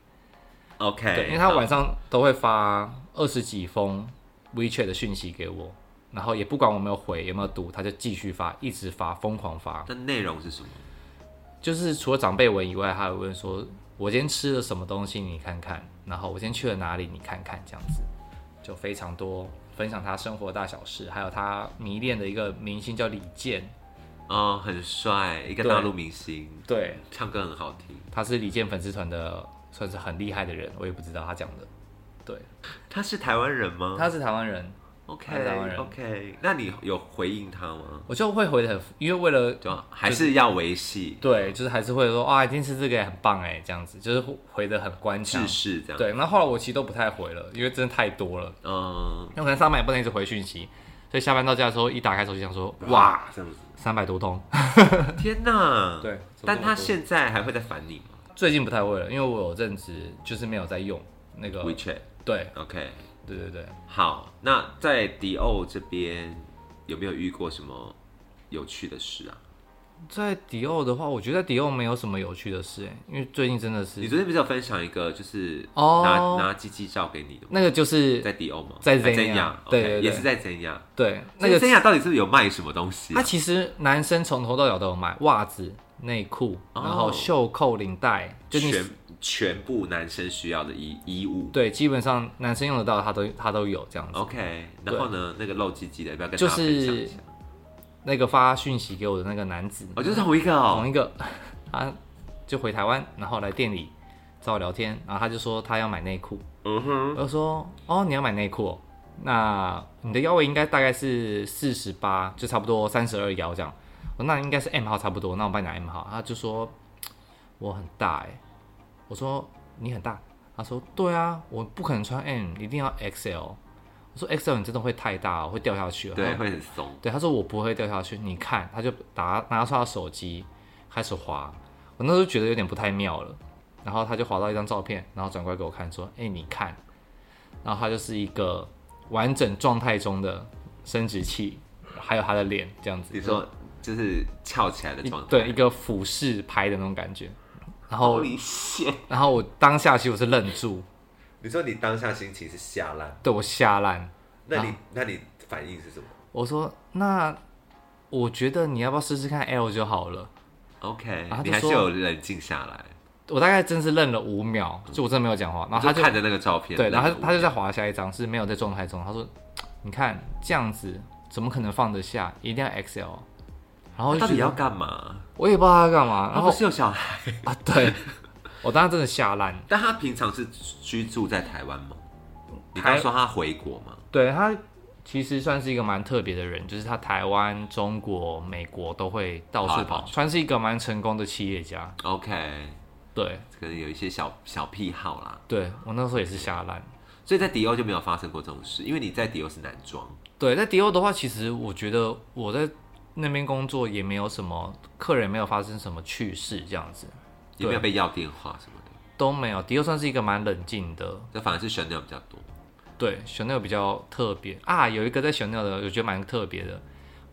Speaker 1: OK，
Speaker 2: 对，因为他晚上都会发二十几封 WeChat 的讯息给我，然后也不管我有没有回有没有读，他就继续发，一直发，疯狂发
Speaker 1: 好，那内容是什么？
Speaker 2: 就是除了长辈文以外，他还会问说，我今天吃了什么东西，你看看，然后我今天去了哪里，你看看，这样子，就非常多分享他生活大小事，还有他迷恋的一个明星叫李健。
Speaker 1: 哦，很帅，一个
Speaker 2: 对
Speaker 1: 大陆明星，
Speaker 2: 对，
Speaker 1: 唱歌很好听。
Speaker 2: 他是李健粉丝团的，算是很厉害的人，我也不知道他讲的。对，嗯
Speaker 1: 他是台湾人吗？
Speaker 2: 他是台湾人，台湾
Speaker 1: OK
Speaker 2: 人
Speaker 1: OK，那你有回应他吗？
Speaker 2: 我就会回的很，因为为了
Speaker 1: 就还是要维系
Speaker 2: 对，就是还是会说啊，一定是这个很棒哎，这样子就是回的很官腔
Speaker 1: 制。式这样。，
Speaker 2: 对，那后来我其实都不太回了，因为真的太多了。
Speaker 1: 嗯，
Speaker 2: 那我可能上班也不能一直回讯息，所以下班到家的时候一打开手机想说，哇，，
Speaker 1: 这样子，
Speaker 2: 三百多通。
Speaker 1: 天哪！
Speaker 2: 对
Speaker 1: 但他现在还会再烦你吗
Speaker 2: 最近不太会了，因为我有阵子就是没有在用那个。
Speaker 1: ？WeChat
Speaker 2: 对
Speaker 1: OK，
Speaker 2: 对对对，
Speaker 1: 好，那在迪欧这边有没有遇过什么有趣的事啊？
Speaker 2: 在迪奥的话，我觉得在迪奥没有什么有趣的事哎，因为最近真的
Speaker 1: 你
Speaker 2: 是
Speaker 1: 昨天不是有分享一个就是拿、
Speaker 2: 哦
Speaker 1: 拿鸡鸡照给你的吗？
Speaker 2: 那个就是
Speaker 1: 在迪欧吗？
Speaker 2: 在
Speaker 1: 在
Speaker 2: Zenya，
Speaker 1: 亚，
Speaker 2: 对
Speaker 1: OK，
Speaker 2: 对对
Speaker 1: 也是在真亚。
Speaker 2: 对那
Speaker 1: 那个
Speaker 2: 个
Speaker 1: 真亚到底是不是有卖什么东西、
Speaker 2: 它
Speaker 1: 啊？
Speaker 2: 其实男生从头到脚都有卖袜子、内裤，
Speaker 1: 哦
Speaker 2: 然后袖扣、领带，就你
Speaker 1: 全全部男生需要的衣衣物。
Speaker 2: 对，基本上男生用得到，他都他都有这
Speaker 1: 哦
Speaker 2: 样子。
Speaker 1: OK，然后呢，那个露鸡鸡的要不要跟大
Speaker 2: 就
Speaker 1: 家分享一
Speaker 2: 是
Speaker 1: 下？
Speaker 2: 那个发讯息给我的那个男子，
Speaker 1: 哦，就是同一个哦
Speaker 2: 同。一个， 他就回台湾，然后来店里找我聊天，然后他就说他要买内裤，
Speaker 1: 嗯
Speaker 2: 我
Speaker 1: 哼，
Speaker 2: 就说哦你要买内裤、哦，那你的腰围应该大概是四十八，就差不多三十二腰这样，我说那应该是 M 号差不多，那我帮你拿 M 号，他就说我很大哎、我说你很大，他说对啊，我不可能穿 M，一定要 XL，我说 XL 你真的会太大哦、会掉下去哦，
Speaker 1: 对，会很松。
Speaker 2: 对，他说我不会掉下去，你看，他就拿拿出他的手机开始滑，我那时候觉得有点不太妙了，然后他就滑到一张照片，然后转过来给我看，说：“哎、你看。”然后他就是一个完整状态中的生殖器，还有他的脸这样子。
Speaker 1: 你说就是翘起来的
Speaker 2: 一
Speaker 1: 状态，
Speaker 2: 对一个俯视拍的那种感觉，然后
Speaker 1: 离线。
Speaker 2: 然后我当下其实我是愣住，
Speaker 1: 你说你当下心情是下烂，
Speaker 2: 对我吓烂，
Speaker 1: 那你那你反应是什么
Speaker 2: 我说：“那我觉得你要不要试试看 L 就好了。”
Speaker 1: ？OK，
Speaker 2: 啊他就
Speaker 1: 你还是
Speaker 2: 说
Speaker 1: 有冷静下来，
Speaker 2: 我大概真是愣了五秒，就我真的没有讲话，然啊后他
Speaker 1: 你
Speaker 2: 就
Speaker 1: 看着那个照片，
Speaker 2: 对，然后他
Speaker 1: 那
Speaker 2: 就
Speaker 1: 个
Speaker 2: 他就在滑下一张，是没有在状态中。他说：“你看这样子怎么可能放得下？一定要 XL。”然后
Speaker 1: 他
Speaker 2: 就
Speaker 1: 到
Speaker 2: 觉
Speaker 1: 底要
Speaker 2: 得
Speaker 1: 干嘛？
Speaker 2: 我也不知道他干嘛，
Speaker 1: 他
Speaker 2: 然
Speaker 1: 不
Speaker 2: 后
Speaker 1: 是有小孩，
Speaker 2: 啊，对我当时真的吓烂。
Speaker 1: 但他平常是居住在台湾吗？你刚
Speaker 2: 台
Speaker 1: 说他回国吗？
Speaker 2: 对他其实算是一个蛮特别的人，就是他台湾、中国、美国都会到
Speaker 1: 跑来
Speaker 2: 处
Speaker 1: 跑
Speaker 2: 跑，算是一个蛮成功的企业家。
Speaker 1: OK，
Speaker 2: 对，
Speaker 1: 可能有一些小小癖好啦，
Speaker 2: 对我那时候也是吓烂。
Speaker 1: 所以在迪欧就没有发生过这种事，因为你在迪欧是男装，
Speaker 2: 对，在迪欧的话，其实我觉得我在那边工作也没有什么客人没有发生什么趣事，这样子
Speaker 1: 也没有被要电话什么的，
Speaker 2: 都没有。迪欧算是一个蛮冷静的，
Speaker 1: 这反而是 Chanel 比较多。
Speaker 2: 对，Chanel 比较特别啊。有一个在 Chanel 的，我觉得蛮特别的，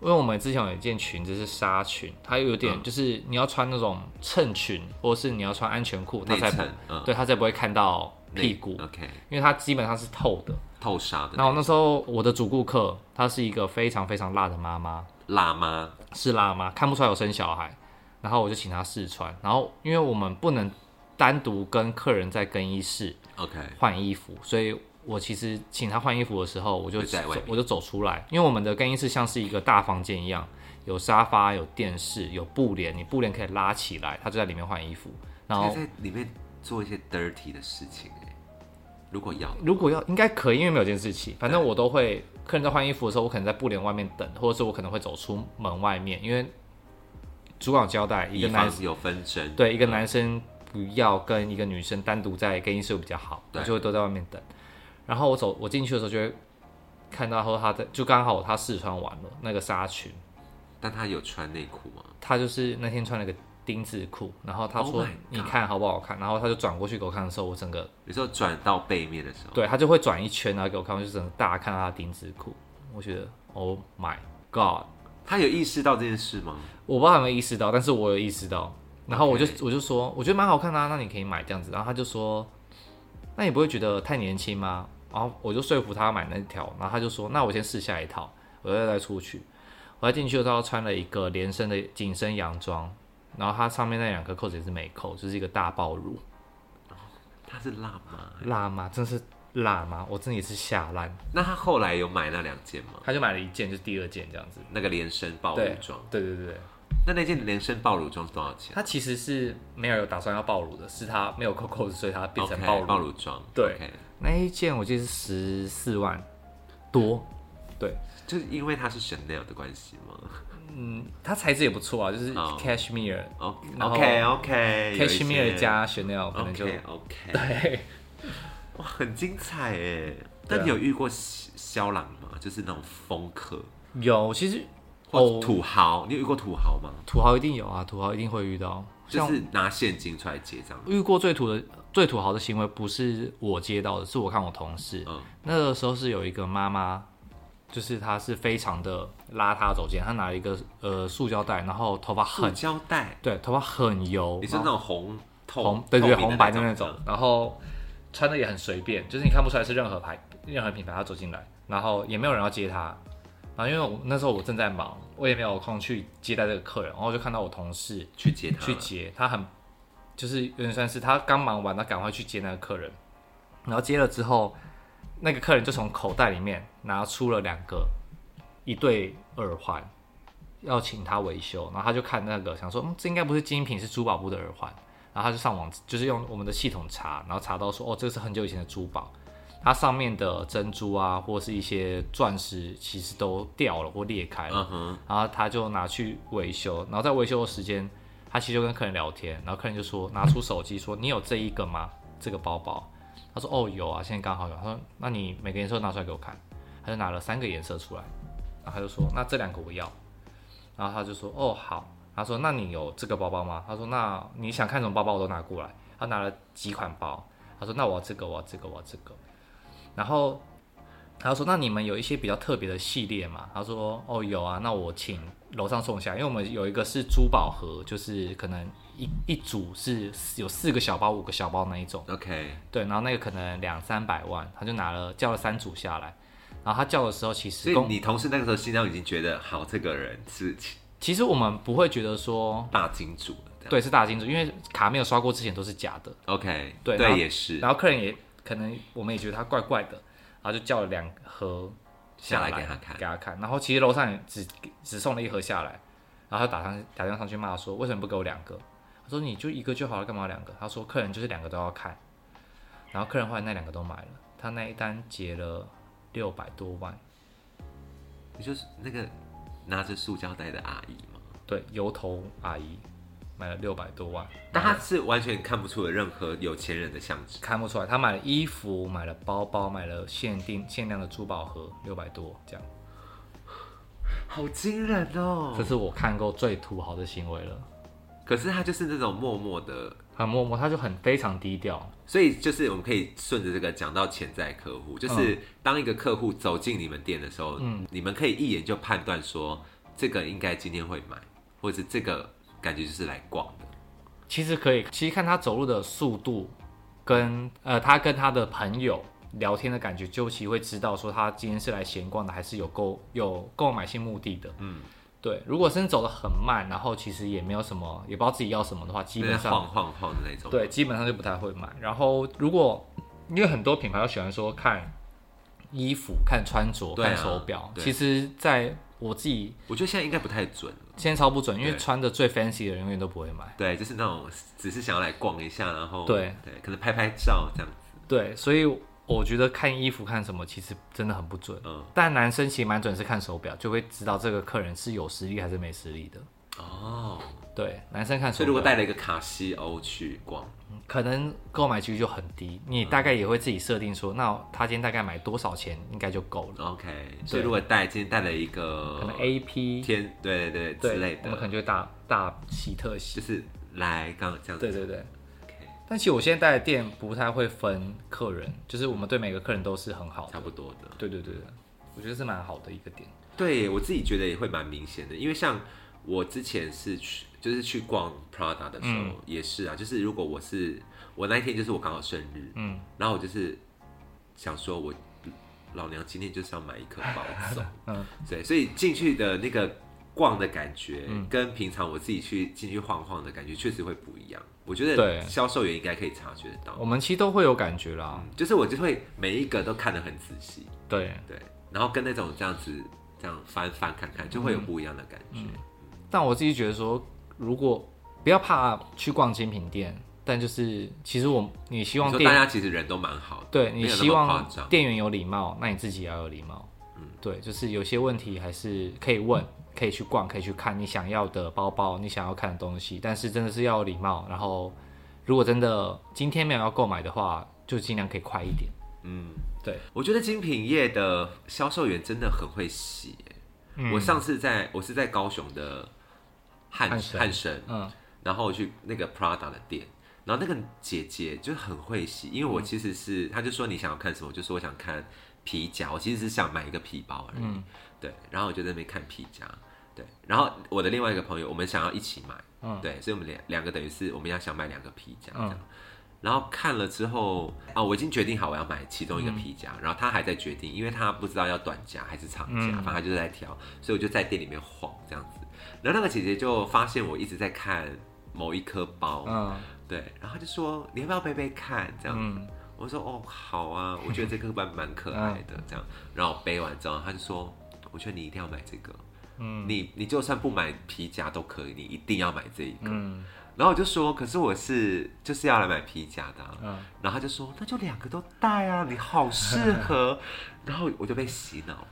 Speaker 2: 因为我们之前有一件裙子是纱裙，它有
Speaker 1: 嗯
Speaker 2: 点就是你要穿那种衬裙，或是你要穿安全裤，它
Speaker 1: 内
Speaker 2: 才
Speaker 1: 衬，嗯，
Speaker 2: 对它才不会看到
Speaker 1: 内嗯
Speaker 2: 屁股，
Speaker 1: ，OK，
Speaker 2: 因为它基本上是透的。
Speaker 1: 透纱的
Speaker 2: 然后那时候我的主顾客，她是一个非常非常辣的妈妈，
Speaker 1: 辣妈，
Speaker 2: 是辣妈，看不出来有生小孩，然后我就请她试穿，然后因为我们不能单独跟客人在更衣室
Speaker 1: OK，
Speaker 2: 换衣服，所以我其实请她换衣服的时候，我就
Speaker 1: 就在外
Speaker 2: 走
Speaker 1: 面
Speaker 2: 我就走出来，因为我们的更衣室像是一个大房间一样，有沙发、有电视、有布帘，你布帘可以拉起来，她就在里面换衣服，然
Speaker 1: 可
Speaker 2: 后
Speaker 1: 以在里面做一些 dirty 的事情哎，如果要，
Speaker 2: 如果要应该可以，因为没有监视器。反正我都会，客人在换衣服的时候，我可能在布帘外面等，或者是我可能会走出门外面，因为主管有交代一
Speaker 1: 以
Speaker 2: 个男
Speaker 1: 防有纷争，
Speaker 2: 对一个男生不要跟一个女生单独在更衣室比较好，我
Speaker 1: 对
Speaker 2: 就会都在外面等。然后我走我进去的时候就会看到后他在就刚好他试穿完了那个纱裙，
Speaker 1: 但他有穿内裤吗？
Speaker 2: 他就是那天穿了个丁字裤，然后他
Speaker 1: Oh
Speaker 2: 说
Speaker 1: my God
Speaker 2: 你看好不好看，然后他就转过去给我看的时候，我整个
Speaker 1: 你说转到背面的时候，
Speaker 2: 对他就会转一圈，然后给我看，我就整个大看到他的丁字裤，我觉得 Oh my God，
Speaker 1: 他有意识到这件事吗？
Speaker 2: 我不知道他有没有意识到，但是我有意识到，然后我就
Speaker 1: OK
Speaker 2: 我就说我觉得蛮好看的、啊，那你可以买这样子，然后他就说，那你不会觉得太年轻吗？然后我就说服他买那条，然后他就说那我先试下一套，我再再出去，我再进去的时候穿了一个连身的紧身洋装，然后它上面那两个扣子也是没扣，就是一个大爆乳，
Speaker 1: 他是辣妈，
Speaker 2: 辣妈真是辣妈，我真的也是吓烂，
Speaker 1: 那他后来有买那两件吗？
Speaker 2: 他就买了一件，就是第二件这样子。
Speaker 1: 那个连身暴
Speaker 2: 对
Speaker 1: 露装，
Speaker 2: 对对对对，
Speaker 1: 那那件连身暴露装是多少钱？
Speaker 2: 他其实是没有打算要暴露的，是他没有扣扣子， 所以他变成
Speaker 1: OK，
Speaker 2: 暴露。
Speaker 1: 暴露装，
Speaker 2: 对
Speaker 1: OK
Speaker 2: 那一件我记得是十四万多，对，
Speaker 1: 就是因为它是 Chanel 的关系吗
Speaker 2: 嗯，它材质也不错啊，就是
Speaker 1: 哦
Speaker 2: cashmere、然后
Speaker 1: ？OK OK
Speaker 2: cashmere 加 Chanel 可能就
Speaker 1: OK OK，
Speaker 2: 对，
Speaker 1: 哇，很精彩哎！
Speaker 2: 对啊
Speaker 1: 但你有遇过肖肖郎吗？就是那种风客
Speaker 2: 有其实
Speaker 1: 或
Speaker 2: 哦
Speaker 1: 者土豪，你有遇过土豪吗？
Speaker 2: 土豪一定有啊，土豪一定会遇到，
Speaker 1: 就
Speaker 2: 像
Speaker 1: 是拿现金出来结账，
Speaker 2: 遇过最土的最土豪的行为，不是我接到的，是我看我同事。
Speaker 1: 嗯
Speaker 2: 那个时候是有一个妈妈，就是她是非常的邋遢走进来，她拿了一个呃塑胶袋，然后头发
Speaker 1: 塑
Speaker 2: 很
Speaker 1: 胶袋，
Speaker 2: 对，头发很油，
Speaker 1: 你是那种红透
Speaker 2: 红对对
Speaker 1: 透明
Speaker 2: 红白的那
Speaker 1: 那嗯
Speaker 2: 种，然后穿的也很随便，就是你看不出来是任何牌任何品牌，她走进来，然后也没有人要接她。然后因为我那时候我正在忙，我也没有空去接待这个客人，然后我就看到我同事
Speaker 1: 去接他
Speaker 2: 去接，他很就是有点算是他刚忙完，他赶快去接那个客人，然后接了之后，那个客人就从口袋里面拿出了两个一对耳环，要请他维修，然后他就看那个想说，嗯，这应该不是精品，是珠宝部的耳环，然后他就上网就是用我们的系统查，然后查到说，哦，这是很久以前的珠宝。它上面的珍珠啊，或是一些钻石，其实都掉了或裂开了。
Speaker 1: 嗯哼，
Speaker 2: 然后他就拿去维修，然后在维修的时间，他其实就跟客人聊天，然后客人就说拿出手机说你有这一个吗？这个包包？他说哦有啊，现在刚好有。他说那你每个颜色拿出来给我看，他就拿了三个颜色出来，然后他就说那这两个我要，然后他就说哦好，他说那你有这个包包吗？他说哦那你想看什么包包我都拿过来，他拿了几款包，他说那我要这个我要这个我要这个，然后他说：“那你们有一些比较特别的系列吗？”他说：“哦，有啊，那我请楼上送下，因为我们有一个是珠宝盒，就是可能一一组是有四个小包、五个小包那一种，
Speaker 1: ，OK，
Speaker 2: 对，然后那个可能两三百万，他就拿了叫了三组下来，然后他叫的时候其
Speaker 1: 所
Speaker 2: 实
Speaker 1: 以
Speaker 2: 跟
Speaker 1: 你同事那个时候心中已经觉得，好，这个人是
Speaker 2: 其实我们不会觉得说
Speaker 1: 大金主了，这样
Speaker 2: 对是大金主，因为卡没有刷过之前都是假的，
Speaker 1: ，OK，
Speaker 2: 对然
Speaker 1: 对，
Speaker 2: 后
Speaker 1: 也是
Speaker 2: 然后客人也可能我们也觉得他怪怪的，然后就叫了两盒
Speaker 1: 下来
Speaker 2: 来
Speaker 1: 给他看
Speaker 2: 给他看。然后其实楼上也只只送了一盒下来，然后他打上打电话上去骂说，为什么不给我两个？他说你就一个就好了，干嘛两个？他说客人就是两个都要看，然后客人后来那两个都买了，他那一单结了六百多万，
Speaker 1: 你就是那个拿着塑胶袋的阿姨嘛，
Speaker 2: 对，油头阿姨买了六百多万，
Speaker 1: 但她是完全看不出有任何有钱人的相纸。
Speaker 2: 看不出来，他买了衣服，买了包包，买了限定限量的珠宝盒，六百多这样。
Speaker 1: 好惊人哦
Speaker 2: 这！是我看过最土豪的行为了。
Speaker 1: 可是他就是那种默默的，
Speaker 2: 很默默，他就很非常低调，
Speaker 1: 所以就是我们可以顺着这个讲到潜在客户，就是当一个客户走进你们店的时候，
Speaker 2: 嗯
Speaker 1: 你们可以一眼就判断说这个应该今天会买，或者是这个感觉就是来逛的。
Speaker 2: 其实可以，其实看他走路的速度，跟呃他跟他的朋友聊天的感觉，就其实会知道说他今天是来闲逛的，还是有购有购买性目的的。
Speaker 1: 嗯，
Speaker 2: 对。如果真的走得很慢，然后其实也没有什么，也不知道自己要什么的话，基
Speaker 1: 在
Speaker 2: 本上
Speaker 1: 晃晃晃的那种。，
Speaker 2: 对，基本上就不太会买。然后如果因为很多品牌都喜欢说看衣服、看穿着、
Speaker 1: 对啊
Speaker 2: 看手表，
Speaker 1: 对
Speaker 2: 其实在我自己
Speaker 1: 我觉得现在应该不太准。
Speaker 2: 现在超不准，因为
Speaker 1: 对
Speaker 2: 穿的最 fancy 的人永远都不会买。
Speaker 1: 对，就是那种只是想要来逛一下，然后
Speaker 2: 对
Speaker 1: 对，可能拍拍照这样子。
Speaker 2: 对，所以我觉得看衣服看什么其实真的很不准。
Speaker 1: 嗯，
Speaker 2: 但男生其实蛮准是看手表，就会知道这个客人是有实力还是没实力的。
Speaker 1: 哦，
Speaker 2: 对，男生看手
Speaker 1: 所以
Speaker 2: 表，
Speaker 1: 如果带了一个卡西欧去逛，
Speaker 2: 可能购买几率就很低，
Speaker 1: 嗯
Speaker 2: 你大概也会自己设定说，那他今天大概买多少钱应该就够了。
Speaker 1: OK，所以如果带今天带了一个
Speaker 2: 可能 A P
Speaker 1: 天，对对对
Speaker 2: 对
Speaker 1: 之类
Speaker 2: 我们可
Speaker 1: 的，
Speaker 2: 能就会大大喜特
Speaker 1: 就
Speaker 2: 喜。
Speaker 1: 是来刚刚这样子。
Speaker 2: 对对对。
Speaker 1: OK，
Speaker 2: 但其实我现在带的店不太会分客人，就是我们对每个客人都是很好的
Speaker 1: 差。不多的。
Speaker 2: 对对对对，我觉得是蛮好的一个点。
Speaker 1: 对我自己觉得也会蛮明显的，因为像我之前是去就是去逛 Prada 的时
Speaker 2: 嗯
Speaker 1: 候、也是啊，就是如果我是我那一天就是我刚好生日，
Speaker 2: 嗯，
Speaker 1: 然后我就是想说我老娘今天就是要买一颗包走，
Speaker 2: 嗯，
Speaker 1: 对，所以进去的那个逛的感觉、
Speaker 2: 嗯
Speaker 1: 跟平常我自己去进去晃晃的感觉确实会不一样，我觉
Speaker 2: 对哦
Speaker 1: 得销售员应该可以察觉得到
Speaker 2: 我，们其实都会有感觉啦。
Speaker 1: 嗯就是我就会每一个都看得很仔细，
Speaker 2: 对，
Speaker 1: 对，然后跟那种这样子这样翻翻看看，就会
Speaker 2: 嗯
Speaker 1: 有不一样的感觉。
Speaker 2: 但我自己觉得说，如果不要怕去逛精品店，但就是其实我你希望
Speaker 1: 你说大
Speaker 2: 店
Speaker 1: 家其实人都蛮好的，
Speaker 2: 对
Speaker 1: 没
Speaker 2: 你
Speaker 1: 有那么
Speaker 2: 希
Speaker 1: 夸
Speaker 2: 望
Speaker 1: 张
Speaker 2: 店员有礼貌，那你自己也要有礼貌。
Speaker 1: 嗯
Speaker 2: 对，就是有些问题还是可以问，可以去逛，可以去看你想要的包包，你想要看的东西，但是真的是要有礼貌。然后，如果真的今天没有要购买的话，就尽量可以快一点。
Speaker 1: 嗯，
Speaker 2: 对，
Speaker 1: 我觉得精品业的销售员真的很会洗耶、
Speaker 2: 嗯
Speaker 1: 我上次在我是在高雄的汉
Speaker 2: 汉神
Speaker 1: 汉神，
Speaker 2: 嗯
Speaker 1: 然后我去那个 Prada 的店，然后那个姐姐就很会洗，因为
Speaker 2: 嗯
Speaker 1: 我其实是，她就说你想要看什么，我就说我想看皮夹，我其实是想买一个皮包而已，
Speaker 2: 嗯
Speaker 1: 对，然后我就在那边看皮夹，对，然后我的另外一个朋友，我们想要一起买，
Speaker 2: 嗯
Speaker 1: 对，所以我们两两个等于是我们要想买两个皮夹这样。
Speaker 2: 嗯
Speaker 1: 然后看了之后啊，我已经决定好我要买其中一
Speaker 2: 嗯
Speaker 1: 个皮夹，然后他还在决定，因为他不知道要短夹还是长夹，反
Speaker 2: 嗯
Speaker 1: 正他就是在挑，所以我就在店里面晃这样子。然后那个姐姐就发现我一直在看某一颗包，
Speaker 2: 嗯
Speaker 1: 对，然后她就说你要不要背背看这样子。
Speaker 2: 嗯，
Speaker 1: 我说哦好啊，我觉得这个蛮蛮可爱的
Speaker 2: 嗯
Speaker 1: 这样。然后我背完之后，他就说，我觉得你一定要买这个，
Speaker 2: 嗯，
Speaker 1: 你你就算不买皮夹都可以，你一定要买这一个。
Speaker 2: 嗯
Speaker 1: 然后我就说，可是我是就是要来买皮夹的啊、
Speaker 2: 嗯
Speaker 1: 然后他就说，那就两个都带啊，你好适 合。然后我就被洗脑了，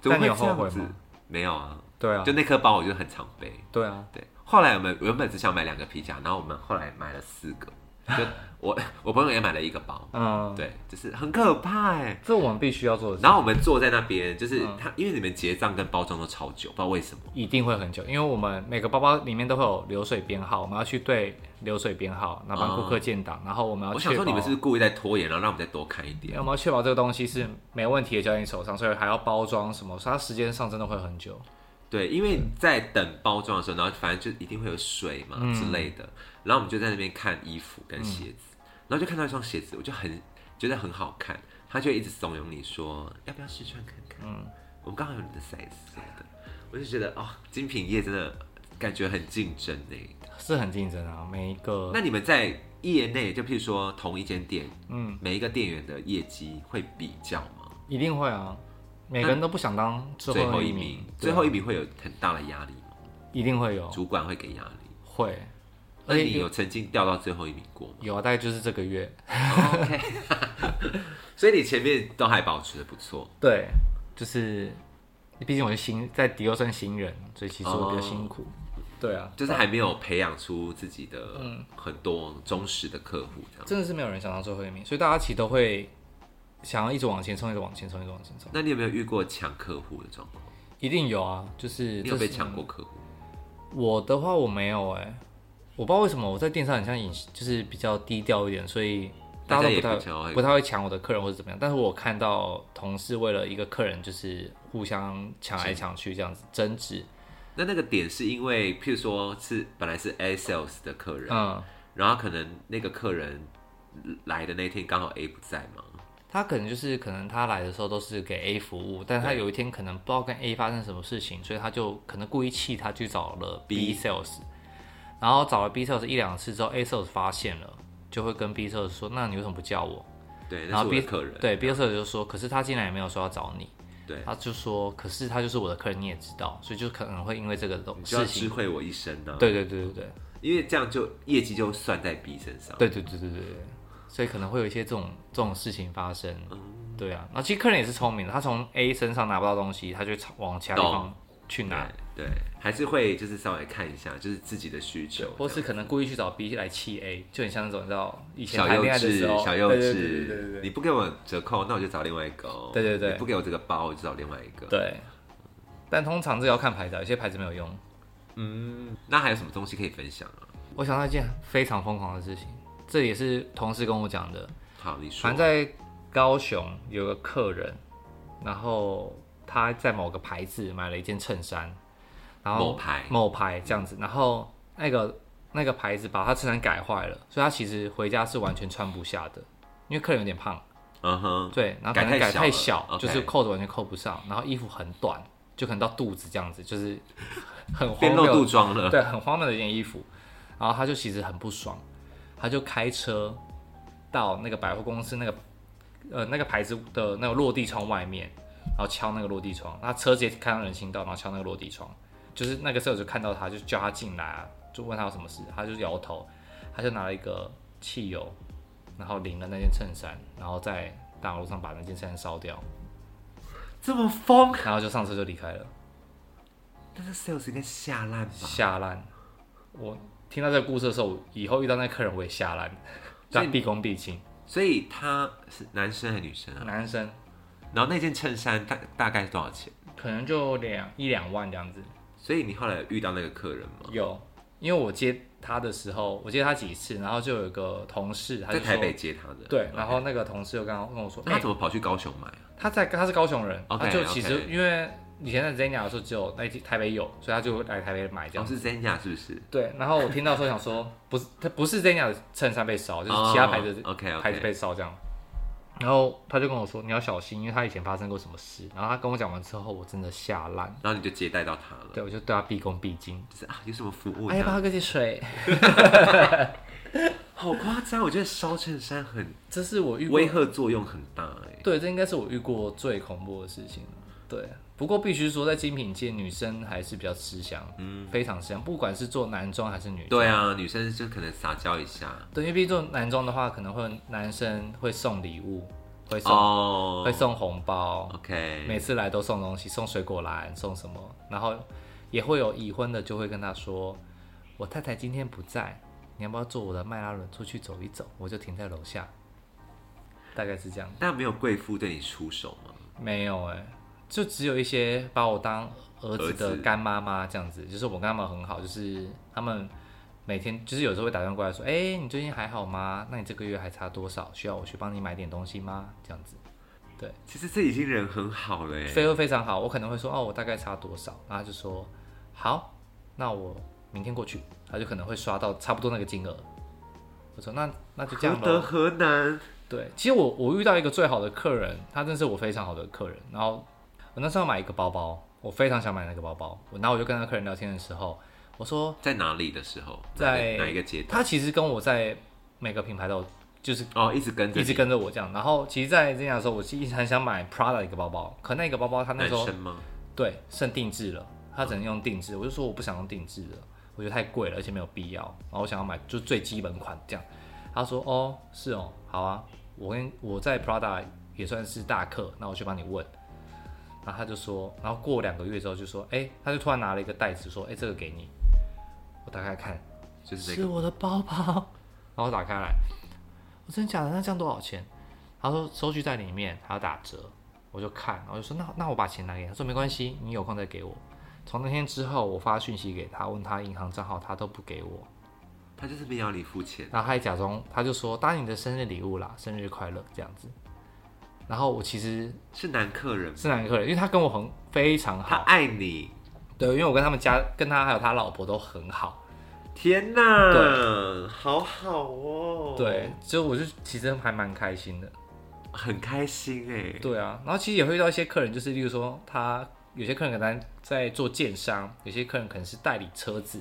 Speaker 1: 怎么
Speaker 2: 但你
Speaker 1: 会
Speaker 2: 有
Speaker 1: 这
Speaker 2: 后悔
Speaker 1: 样子
Speaker 2: 吗？
Speaker 1: 没有啊，
Speaker 2: 对啊
Speaker 1: 就，那颗包我就很常背。
Speaker 2: 对啊，
Speaker 1: 对，后来我们原本只想买两个皮夹，然后我们后来买了四个， 就我我朋友也买了一个包，
Speaker 2: 嗯，，
Speaker 1: 对，就是很可怕哎、
Speaker 2: 这我们必须要做的事，
Speaker 1: 然后我们坐在那边，就是
Speaker 2: 嗯
Speaker 1: 他，因为你们结账跟包装都超久，不知道为什么。
Speaker 2: 一定会很久，因为我们每个包包里面都会有流水编号，我们要去对流水编号，然后帮顾客建档，然后我们要
Speaker 1: 哦我
Speaker 2: 哦确
Speaker 1: 想说
Speaker 2: 保。
Speaker 1: 你们是不是故意在拖延，然后让我们再多看一
Speaker 2: 因
Speaker 1: 点
Speaker 2: 为。我们要确保这个东西是没问题的交在你手上，所以还要包装什么，所以它时间上真的会很久。
Speaker 1: 对，因为在等包装的时候，然后反正就一定会有水嘛、
Speaker 2: 嗯
Speaker 1: 之类的，然后我们就在那边看衣服跟鞋子，然后就看到一双鞋子，我就很觉得很好看，他就一直怂恿你说要不要试穿看看。嗯，我们刚好有你的 size 什么的，我就觉得哦，精品业真的感觉很竞争呢、
Speaker 2: 是很竞争啊，每一个
Speaker 1: 那你们在业内，就譬如说同一间店，
Speaker 2: 嗯
Speaker 1: 每一个店员的业绩会比较吗？
Speaker 2: 一定会啊，每个人都不想当
Speaker 1: 最
Speaker 2: 后
Speaker 1: 后一
Speaker 2: 一
Speaker 1: 名，
Speaker 2: 对
Speaker 1: 最
Speaker 2: 啊哦
Speaker 1: 后一名会有很大的压力吗？
Speaker 2: 一定会有
Speaker 1: 主管会给压力。
Speaker 2: 会，
Speaker 1: 那
Speaker 2: 而
Speaker 1: 你
Speaker 2: 且
Speaker 1: 有曾经掉到最后一名过吗？
Speaker 2: 有啊，大概就是这个月，
Speaker 1: 所以你前面都还保持的不错。
Speaker 2: 对，就是毕竟我是新在迪欧算新人，所以其实我比较辛苦，
Speaker 1: 哦
Speaker 2: 对啊，
Speaker 1: 就是还没有培养出自己的很多忠实的客户，这样。
Speaker 2: 真的是没有人想当最后一名，所以大家其实都会想要一直往前冲，一直往前冲，一直往前冲，
Speaker 1: 那你有没有遇过抢客户的状况？
Speaker 2: 一定有啊，就是
Speaker 1: 你有
Speaker 2: 这
Speaker 1: 被
Speaker 2: 是
Speaker 1: 抢过客户？
Speaker 2: 我的话我没有哎、我不知道为什么我在电商很像隐，就是比较低调一点，所以大家都不
Speaker 1: 大家
Speaker 2: 太
Speaker 1: 也比较会
Speaker 2: 不太会抢我的客人或者怎么样。但是我看到同事为了一个客人就是互相抢来抢去这样子争执，
Speaker 1: 那那个点是因为，譬如说是本来是 A sales 的客人，
Speaker 2: 嗯，
Speaker 1: 然后可能那个客人来的那天刚好 A 不在嘛，
Speaker 2: 他可能就是可能他来的时候都是给 A 服务，但他
Speaker 1: 对
Speaker 2: 有一天可能不知道跟 A 发生什么事情，所以他就可能故意气他去找了
Speaker 1: B
Speaker 2: B sales，然后找了 B sales 一两次之后，A sales 发现了，就会跟 B sales 说：“那你为什么不叫我？”
Speaker 1: 对，
Speaker 2: 然
Speaker 1: 那是
Speaker 2: 后
Speaker 1: 我的
Speaker 2: B
Speaker 1: 客人，
Speaker 2: 对 B 二社就说，可是他进来也没有说要找你，
Speaker 1: 对，
Speaker 2: 他就说，可是他就是我的客人，你也知道，所以就可能会因为这个
Speaker 1: 你
Speaker 2: 东
Speaker 1: 就要
Speaker 2: 事
Speaker 1: 知
Speaker 2: 情，
Speaker 1: 会我一生呢、啊，，
Speaker 2: 对对对对对
Speaker 1: 因为这样就业绩就算在 B 身上，
Speaker 2: 对对对对对对，所以可能会有一些这种这种事情发生，
Speaker 1: 嗯
Speaker 2: 对啊，那其实客人也是聪明的，他从 A 身上拿不到东西，他就往其他地方去拿，
Speaker 1: 对，对，还是会就是稍微看一下，就是自己的需求，
Speaker 2: 或是可能故意去找 B 来气 A，就很像那种你知道以前
Speaker 1: 小
Speaker 2: 谈
Speaker 1: 幼
Speaker 2: 恋爱的时候，
Speaker 1: 稚，小幼
Speaker 2: 对对对对对
Speaker 1: 稚，你不给我折扣，那我就找另外一个哦，
Speaker 2: 对对对
Speaker 1: 你不给我这个包，我就找另外一个，
Speaker 2: 对，但通常这要看牌子啊，有些牌子没有用。
Speaker 1: 嗯，那还有什么东西可以分享啊？
Speaker 2: 我想到一件非常疯狂的事情，这也是同事跟我讲的。
Speaker 1: 好，你说
Speaker 2: 反正，在高雄有个客人，然后他在某个牌子买了一件衬衫，然后
Speaker 1: 某牌
Speaker 2: 某牌这样子，然后那个那个牌子把他衬衫改坏了，所以他其实回家是完全穿不下的，因为客人有点胖，
Speaker 1: 嗯哼，
Speaker 2: 对，然后可能
Speaker 1: 改太
Speaker 2: 改太
Speaker 1: 小
Speaker 2: 小
Speaker 1: 了，OK
Speaker 2: 就是扣子完全扣不上，然后衣服很短，就可能到肚子这样子，就是 很荒
Speaker 1: 变露
Speaker 2: 谬
Speaker 1: 肚装了，
Speaker 2: 对，很荒谬的一件衣服。然后他就其实很不爽，他就开车到那个百货公司那个呃那个牌子的那个落地窗外面，然后敲那个落地窗，他车直接开到人行道，然后敲那个落地窗，就是那个时候就看到他，就叫他进来啊，就问他有什么事，他就摇头，他就拿了一个汽油，然后淋了那件衬衫，然后在大马路上把那件衬衫烧掉。
Speaker 1: 这么疯，
Speaker 2: 然后就上车就离开了，
Speaker 1: 那个 sales 应该吓烂吧？
Speaker 2: 吓烂。我听到这个故事的时候，我以后遇到那客人我也吓烂，
Speaker 1: 所以
Speaker 2: 他毕恭毕敬。
Speaker 1: 所以他是男生还是女生啊？
Speaker 2: 男生
Speaker 1: 然后那件衬衫大大概是多少钱？
Speaker 2: 可能就两一两万这样子，
Speaker 1: 所以你后来有遇到那个客人吗？
Speaker 2: 有，因为我接他的时候，我接他几次，然后就有一个同事，他就
Speaker 1: 在台
Speaker 2: 说
Speaker 1: 北接他的，
Speaker 2: 对，然后
Speaker 1: OK
Speaker 2: 那个同事又刚刚跟我说，
Speaker 1: 那他
Speaker 2: 欸
Speaker 1: 怎么跑去高雄买啊？
Speaker 2: 他在他是高雄人，他
Speaker 1: OK，
Speaker 2: 就其实
Speaker 1: OK
Speaker 2: 因为以前在 Zenia 的时候只有在台北有，所以他就来台北买这
Speaker 1: 哦，
Speaker 2: 样。
Speaker 1: 是 Zenia 是不是？
Speaker 2: 对，然后我听到的时候想说， 不是他不是 Zenia 的衬衫被烧，
Speaker 1: 哦
Speaker 2: 就是其他牌子
Speaker 1: OK
Speaker 2: 牌子
Speaker 1: OK，
Speaker 2: 被烧这样。然后他就跟我说你要小心，因为他以前发生过什么事。然后他跟我讲完之后，我真的吓烂，
Speaker 1: 然后你就接待到他了，
Speaker 2: 对我就对他毕恭毕敬。
Speaker 1: 就是啊，有什么服务
Speaker 2: 哎，要不
Speaker 1: 呢？
Speaker 2: 要喝些水？
Speaker 1: 好夸张，我觉得烧衬衫很
Speaker 2: 这是我遇过
Speaker 1: 威吓作用很大哎，
Speaker 2: 对，这应该是我遇过最恐怖的事情了。对，不过必须说，在精品界，女生还是比较吃香，嗯，非常吃香，不管是做男装还是女装。
Speaker 1: 对啊，女生就可能撒娇一下
Speaker 2: 对，因为毕竟做男装的话，可能会有男生会送礼物，会送、
Speaker 1: 哦
Speaker 2: 会送红包，
Speaker 1: ，OK，
Speaker 2: 每次来都送东西，送水果篮，送什么，然后也会有已婚的就会跟他说，我太太今天不在，你要不要坐我的迈拉伦出去走一走？我就停在楼下，大概是这样。
Speaker 1: 但没有贵妇对你出手吗？
Speaker 2: 没有哎、就只有一些把我当儿子
Speaker 1: 儿
Speaker 2: 的
Speaker 1: 子
Speaker 2: 干妈妈这样子，就是我跟他们很好，就是他们每天就是有时候会打电话过来说，哎、你最近还好吗？那你这个月还差多少？需要我去帮你买点东西吗？这样子，
Speaker 1: 其实这已经人很好了哎，
Speaker 2: 非会非常好。我可能会说，哦，我大概差多少？然后他就说，好，那我明天过去，他就可能会刷到差不多那个金额。我说那那就这
Speaker 1: 何
Speaker 2: 样
Speaker 1: 德
Speaker 2: 咯。
Speaker 1: 何能？
Speaker 2: 对，其实我我遇到一个最好的客人，他真是我非常好的客人。然后我那时候要买一个包包，我非常想买那个包包。我然后我就跟那客人聊天的时候，我说
Speaker 1: 在哪里的时候？
Speaker 2: 在
Speaker 1: 哪一个阶段？
Speaker 2: 他其实跟我在每个品牌都有就是
Speaker 1: 哦，一直跟着
Speaker 2: 一
Speaker 1: 你，
Speaker 2: 直跟着我这样。然后其实，在这样的时候，我其实很想买 Prada 的一个包包，可那个包包他那
Speaker 1: 男
Speaker 2: 时候
Speaker 1: 生吗？
Speaker 2: 对，剩定制了，他只能用定制。我就说我不想用定制的，我觉得太贵了，而且没有必要。然后我想要买就最基本款这样。他说哦，是哦，好啊，我跟我在 Prada 也算是大客，那我去帮你问。然后他就说，然后过两个月之后就说，哎、他就突然拿了一个袋子说，哎、这个给你。我打开看，
Speaker 1: 就是那
Speaker 2: 是
Speaker 1: 个
Speaker 2: 我的包包。然后打开来，我真的假的？那这样多少钱？他说收据在里面，还要打折。我就看，然后就说那那我把钱拿给你。他说没关系，你有空再给我。从那天之后，我发讯息给他，问他银行账号，他都不给我。
Speaker 1: 他就是没要你付钱，
Speaker 2: 然后他还假装，他就说当你的生日礼物啦，生日快乐这样子。然后我其实
Speaker 1: 是男客人，
Speaker 2: 是男客人，因为他跟我很非常
Speaker 1: 他
Speaker 2: 好，
Speaker 1: 爱你，
Speaker 2: 对，因为我跟他们家跟他还有他老婆都很好，
Speaker 1: 天哪，好好哦，
Speaker 2: 对，，就我就其实还蛮开心的。
Speaker 1: 很开心哎，
Speaker 2: 对啊，然后其实也会遇到一些客人，就是例如说他有些客人可能在做建商，有些客人可能是代理车子，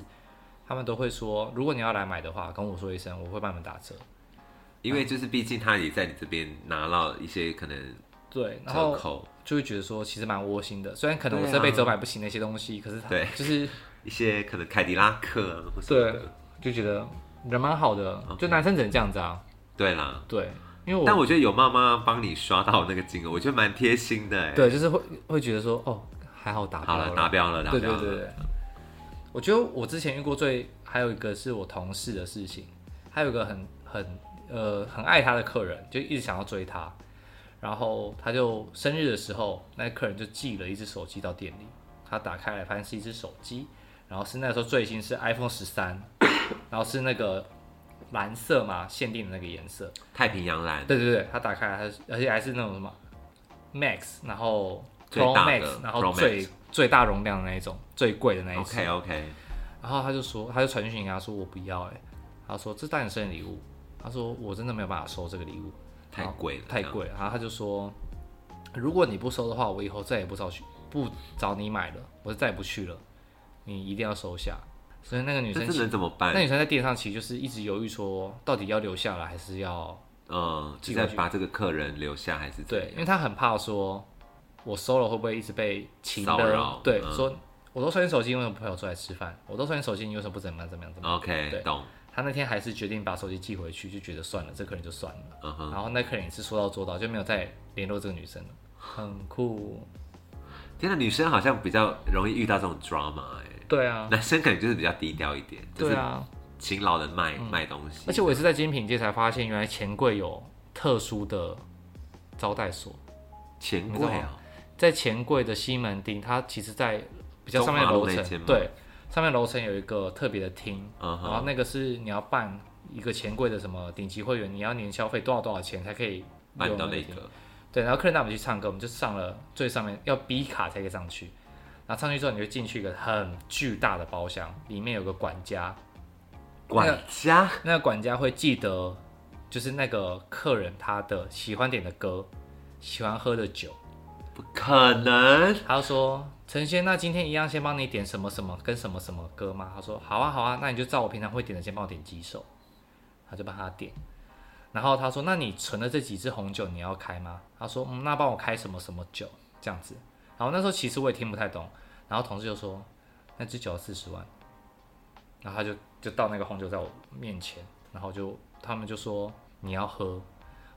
Speaker 2: 他们都会说，如果你要来买的话，跟我说一声，我会帮你们打折。
Speaker 1: 因为就是毕竟他也在你这边拿到一些可能
Speaker 2: 对，
Speaker 1: 折
Speaker 2: 然后
Speaker 1: 扣，
Speaker 2: 就会觉得说其实蛮窝心的，虽然可能我
Speaker 1: 对啊
Speaker 2: 这辈子都买不起那些东西，可是他
Speaker 1: 对
Speaker 2: 就是
Speaker 1: 一些可能凯迪拉克啊，或什么
Speaker 2: 对
Speaker 1: 的，，
Speaker 2: 就觉得人蛮好的，就男生只能这样子啊。
Speaker 1: 对啦。
Speaker 2: 对，因为我
Speaker 1: 哦但我觉得有妈妈帮你刷到那个金额，我觉得蛮贴心的哎。，
Speaker 2: 对就是会会觉得说哦，还好打包
Speaker 1: 好了，达标了，达
Speaker 2: 对
Speaker 1: 标
Speaker 2: 对
Speaker 1: 了。
Speaker 2: 对对，我觉得我之前遇过最还有一个是我同事的事情，还有一个很很呃很爱他的客人，就一直想要追他，然后他就生日的时候，那客人就寄了一只手机到店里，他打开来发现是一只手机，然后是那时候最新是 iPhone 十三， 然后是那个蓝色嘛限定的那个颜色，
Speaker 1: 太平洋蓝，
Speaker 2: 对对对，他打开来，它是而且还是那种什么 Max，然后
Speaker 1: 最
Speaker 2: Pro
Speaker 1: 大的
Speaker 2: Max，然后
Speaker 1: Pro
Speaker 2: 最最大容量的那一种，最贵的那一种。
Speaker 1: OK OK，
Speaker 2: 然后他就说，他就传讯给他说我不要哎、欸，他说这当你生日礼物，他说我真的没有办法收这个礼物，
Speaker 1: 太贵了，
Speaker 2: 太。贵了。然后他就说，如果你不收的话，我以后再也不找去不找你买了，我再也不去了，你一定要收下。所以那个女
Speaker 1: 那
Speaker 2: 生
Speaker 1: 这，能怎么办
Speaker 2: 那？女生在店上其实就是一直犹豫说，到底要留下来还是要
Speaker 1: 嗯，就在把这个客人留下还是怎
Speaker 2: 对，
Speaker 1: 样？
Speaker 2: 因为他很怕说，我收了会不会一直被情
Speaker 1: 骚扰
Speaker 2: 的？对，
Speaker 1: 嗯
Speaker 2: 说我都收你手机，为什么不陪我出来吃饭？我都收你手机，你为什么不怎么样怎么样怎么样？
Speaker 1: ，OK，
Speaker 2: 对
Speaker 1: 懂，
Speaker 2: 他那天还是决定把手机寄回去，就觉得算了，这客人就算了。
Speaker 1: 嗯哼，
Speaker 2: 然后那客人也是说到做到，就没有再联络这个女生了，很酷。
Speaker 1: 天哪，女生好像比较容易遇到这种 drama 哎、
Speaker 2: 对啊，
Speaker 1: 男生可能就是比较低调一点，就
Speaker 2: 对
Speaker 1: 是
Speaker 2: 啊，
Speaker 1: 勤劳的卖、卖东西。
Speaker 2: 嗯而且我也是在精品界才发现，原来钱柜有特殊的招待所，
Speaker 1: 钱
Speaker 2: 你
Speaker 1: 柜
Speaker 2: 知道
Speaker 1: 啊
Speaker 2: 吗，在钱柜的西门町，它其实，在比较上面的
Speaker 1: 中华
Speaker 2: 楼
Speaker 1: 路那间吗
Speaker 2: 层，对，上面楼层有一个特别的厅，
Speaker 1: 嗯
Speaker 2: 然后
Speaker 1: 哼，
Speaker 2: 那个是你要办一个钱柜的什么顶级会员，你要年消费多少多少钱才可以
Speaker 1: 搬
Speaker 2: 用
Speaker 1: 到
Speaker 2: 那
Speaker 1: 那
Speaker 2: 厅
Speaker 1: 个，
Speaker 2: 对，然后客人带我们去唱歌，我们就上了最上面，要 B 卡才可以上去。然后上去之后，你就进去一个很巨大的包厢，里面有个管家，
Speaker 1: 管家
Speaker 2: 那个管家会记得，就是那个客人他的喜欢点的歌，喜欢喝的酒。
Speaker 1: 不可能，
Speaker 2: 他就说：“陈先，那今天一样先帮你点什么什么跟什么什么歌吗？”他说：“好啊，好啊，那你就照我平常会点的先帮我点几首。”他就帮他点。然后他说：“那你存的这几支红酒你要开吗？”他说：“嗯，那帮我开什么什么酒这样子。”然后那时候其实我也听不太懂，然后同事就说：“那支酒要四十万。”然后他就就倒那个红酒在我面前，然后就他们就说：“你要喝。”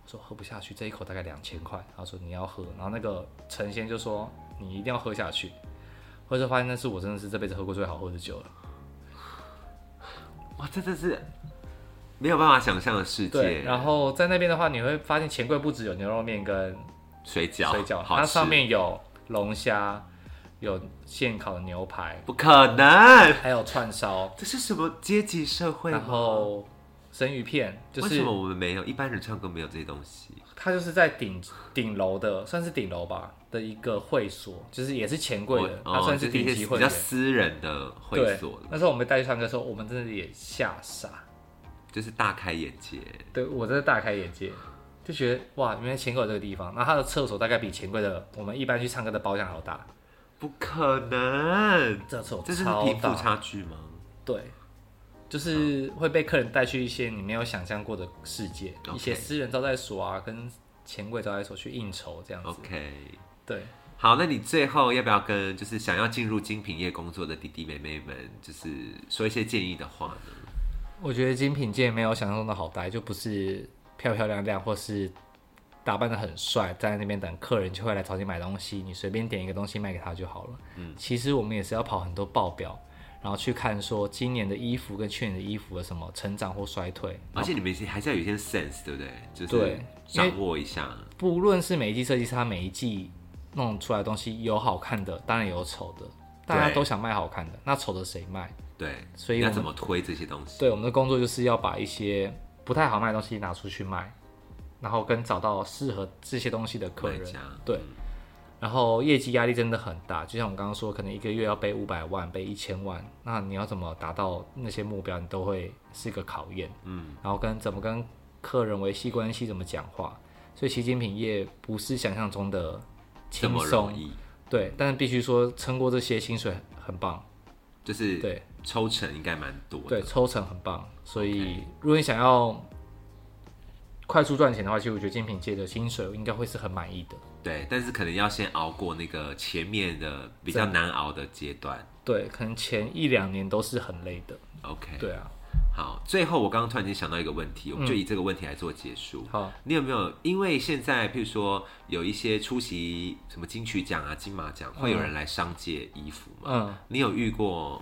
Speaker 2: 我说喝不下去，这一口大概两千块。他说你要喝，然后那个陈先就说你一定要喝下去。或者发现那是我真的是这辈子喝过最好喝的酒了。
Speaker 1: 哇，这真是没有办法想象的世界。
Speaker 2: 对，然后在那边的话，你会发现钱柜不只有牛肉面跟
Speaker 1: 水饺，
Speaker 2: 水饺，
Speaker 1: 好
Speaker 2: 它
Speaker 1: 吃
Speaker 2: 上面有龙虾，有现烤的牛排，
Speaker 1: 不可能，
Speaker 2: 还有串烧，
Speaker 1: 这是什么阶级社会吗？
Speaker 2: 然后生鱼片，就
Speaker 1: 为什
Speaker 2: 是
Speaker 1: 么我们没有？一般人唱歌没有这些东西。
Speaker 2: 它就是在顶顶楼的，算是顶楼吧的一个会所，就是也是钱柜的，
Speaker 1: 我
Speaker 2: 它算
Speaker 1: 哦
Speaker 2: 是
Speaker 1: 就一些
Speaker 2: 顶级会
Speaker 1: 比较
Speaker 2: 员。
Speaker 1: 私人的会
Speaker 2: 对，
Speaker 1: 所了，
Speaker 2: 那时候我们带去唱歌的时候，我们真的也吓傻，
Speaker 1: 就是大开眼界。
Speaker 2: 对我真的大开眼界，就觉得哇，原来钱柜有这个地方。然后它的厕所大概比钱柜的我们一般去唱歌的包厢还要大，
Speaker 1: 不可能，
Speaker 2: 这个厕所
Speaker 1: 这是
Speaker 2: 超
Speaker 1: 贫富
Speaker 2: 大，
Speaker 1: 差距吗？
Speaker 2: 对，就是会被客人带去一些你没有想象过的世界
Speaker 1: OK
Speaker 2: 一些私人招待所啊，跟钱柜招待所去应酬这样子。
Speaker 1: OK，
Speaker 2: 对，
Speaker 1: 好，那你最后要不要跟就是想要进入精品业工作的弟弟妹妹们，就是说一些建议的话呢？
Speaker 2: 我觉得精品界没有想象中的好待，就不是漂漂亮亮或是打扮的很帅，站在那边等客人就会来找你买东西，你随便点一个东西卖给他就好了。嗯，其实我们也是要跑很多报表，然后去看说今年的衣服跟去年的衣服有什么成长或衰退。
Speaker 1: 而且你们还是要有一些 sense，对不对？就是
Speaker 2: 对
Speaker 1: 掌握一下。
Speaker 2: 不论是每一季设计师，他每一季弄出来的东西有好看的，当然有丑的，大家
Speaker 1: 对
Speaker 2: 都想卖好看的，那丑的谁卖？
Speaker 1: 对，
Speaker 2: 所以
Speaker 1: 你要
Speaker 2: 我们
Speaker 1: 怎么推这些东西？
Speaker 2: 对，我们的工作就是要把一些不太好卖的东西拿出去卖，然后跟找到适合这些东西的客
Speaker 1: 卖
Speaker 2: 人
Speaker 1: 家。
Speaker 2: 对，然后业绩压力真的很大，就像我刚刚说，可能一个月要背五百万、背一千万，那你要怎么达到那些目标，你都会是一个考验。嗯，然后跟怎么跟客人维系关系，怎么讲话，所以其实精品业不是想象中的
Speaker 1: 这
Speaker 2: 轻
Speaker 1: 么容
Speaker 2: 松。
Speaker 1: 易，
Speaker 2: 对，但是必须说撑过这些薪水很棒。
Speaker 1: 就是
Speaker 2: 对。
Speaker 1: 抽成应该蛮多的。
Speaker 2: 对，抽成很棒，所以如果你想要快速赚钱的话，其实我觉得精品界的薪水应该会是很满意的。
Speaker 1: 对，但是可能要先熬过那个前面的比较难熬的阶段。
Speaker 2: 对，可能前一两年都是很累的。
Speaker 1: OK，
Speaker 2: 对啊，
Speaker 1: 好，最后我刚刚突然间想到一个问题，我们就以这个问题来做结束。
Speaker 2: 好，
Speaker 1: 你有没有因为现在譬如说有一些出席什么金曲奖啊、金马奖，会有人来商借衣服吗？
Speaker 2: 嗯，
Speaker 1: 你有遇过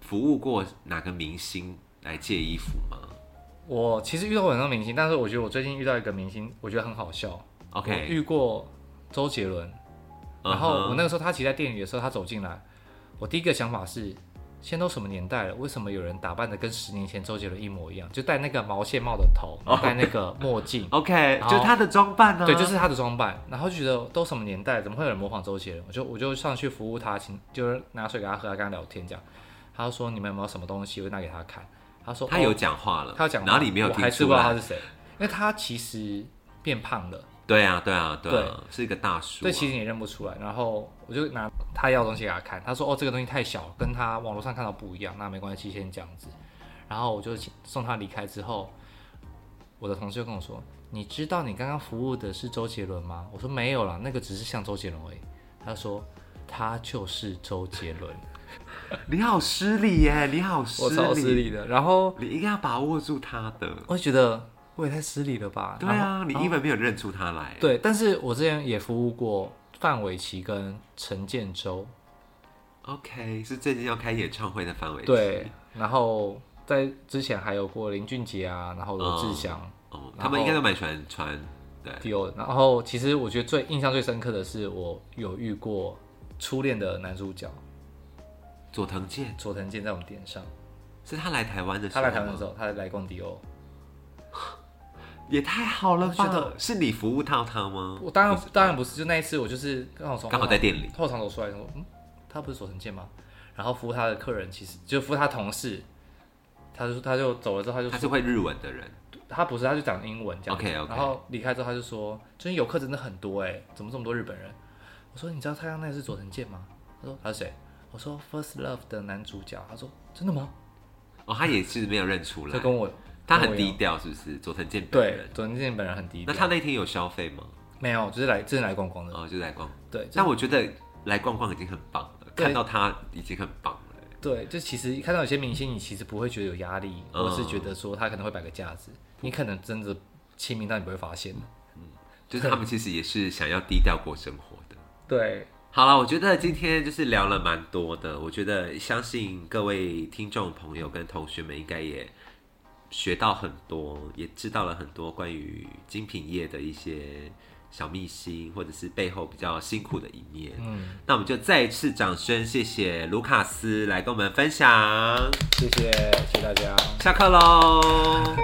Speaker 1: 服务过哪个明星来借衣服吗
Speaker 2: 我其实遇到过很多明星，但是我觉得我最近遇到一个明星，我觉得很好笑。我
Speaker 1: ？OK，
Speaker 2: 遇过周杰伦，然
Speaker 1: 嗯
Speaker 2: 后
Speaker 1: 哼
Speaker 2: 我那个时候他骑在店里的时候，他走进来，我第一个想法是。现在都什么年代了？为什么有人打扮的跟十年前周杰伦一模一样？就戴那个毛线帽的头，然后戴那个墨镜，
Speaker 1: OK，
Speaker 2: 好
Speaker 1: 就他的装扮啊呢、
Speaker 2: 对，就是他的装扮，然后就觉得都什么年代，怎么会有人模仿周杰伦？我就我就上去服务他，请就是拿水给他喝，跟他聊天这样。他就说你们有没有什么东西，我就拿给他看。他说
Speaker 1: 他有
Speaker 2: 哦
Speaker 1: 讲话了，
Speaker 2: 他有讲话，
Speaker 1: 哪里没有
Speaker 2: 我
Speaker 1: 听
Speaker 2: 还是
Speaker 1: 出
Speaker 2: 不知道他
Speaker 1: 来？
Speaker 2: 是谁，因为他其实变胖了，
Speaker 1: 对啊，对啊，对啊，是一个大叔、啊。
Speaker 2: 对，其实你也认不出来。然后我就拿他要的东西给他看，他说哦这个东西太小，跟他网络上看到不一样，那没关系，先这样子。然后我就请送他离开之后，我的同事就跟我说：“你知道你刚刚服务的是周杰伦吗？”我说：“没有啦，那个只是像周杰伦而已。”他说：“他就是周杰伦。
Speaker 1: 你好失礼耶，你好”失
Speaker 2: 我超失
Speaker 1: 礼，
Speaker 2: 礼的。然后
Speaker 1: 你应该要把握住他的。
Speaker 2: 我就觉得我也太失礼了吧？
Speaker 1: 对
Speaker 2: 然后
Speaker 1: 啊，你一本没有认出他来。
Speaker 2: 对，但是我之前也服务过范玮琪跟陈建州，
Speaker 1: OK，是最近要开演唱会的范围。
Speaker 2: 对，，然后在之前还有过林俊杰啊，然后罗志祥、
Speaker 1: 哦，
Speaker 2: 然
Speaker 1: 他们应该
Speaker 2: 后
Speaker 1: 都蛮喜欢穿，对，
Speaker 2: 有，然后其实我觉得最印象最深刻的是我有遇过初恋的男主角
Speaker 1: 佐藤健
Speaker 2: 佐藤健在我们店上，
Speaker 1: 是他来台湾的时
Speaker 2: 他
Speaker 1: 候
Speaker 2: 来
Speaker 1: 吗，
Speaker 2: 台湾的时候，他来逛迪哦欧，
Speaker 1: 也太好了
Speaker 2: 我觉
Speaker 1: 吧？
Speaker 2: 得
Speaker 1: 是你服务到他吗？
Speaker 2: 我当然当然不啊是，就那一次我就是刚好从
Speaker 1: 嗯刚好
Speaker 2: 后
Speaker 1: 在店里
Speaker 2: 后场走出来，想说嗯，他不是佐藤健吗？然后服务他的客人其实就服务他同事，他就他就走了之后他就
Speaker 1: 他是会日文的人，
Speaker 2: 他不是，他就讲英文这样子。
Speaker 1: OK，OK
Speaker 2: 然后离开之后，他就说：“最近游客真的很多哎、怎么这么多日本人？”我说：“你知道太阳奈是佐藤健吗？”他说：“他是谁？”我说：“First Love 的男主角。”他说：“真的吗
Speaker 1: 哦，他也是没有认出？”
Speaker 2: 就
Speaker 1: 来，
Speaker 2: 跟我
Speaker 1: 他很。
Speaker 2: 跟我一
Speaker 1: 低
Speaker 2: 样
Speaker 1: 调，是不是？佐藤健本
Speaker 2: 对
Speaker 1: 人，，
Speaker 2: 佐藤健本人很低
Speaker 1: 那
Speaker 2: 调。
Speaker 1: 他那天有消费吗？
Speaker 2: 没有，就是来真的来逛逛的。
Speaker 1: 哦，就来逛，
Speaker 2: 对，嗯就
Speaker 1: 但我觉得来逛逛已经很棒了，
Speaker 2: 对
Speaker 1: 看到他已经很棒了。
Speaker 2: 对，就其实看到有些明星，你其实不会觉得有压力，
Speaker 1: 嗯
Speaker 2: 或是觉得说他可能会摆个架子，你可能真的亲民，但你不会发现。
Speaker 1: 就是他们其实也是想要低调过生活的。
Speaker 2: 对，
Speaker 1: 好了，我觉得今天就是聊了蛮多的，我觉得相信各位听众朋友跟同学们应该也学到很多，也知道了很多关于精品业的一些小秘辛，或者是背后比较辛苦的一面。
Speaker 2: 嗯，
Speaker 1: 那我们就再一次掌声，谢谢卢卡斯来跟我们分享，
Speaker 2: 谢谢，谢谢大家。
Speaker 1: 下课喽。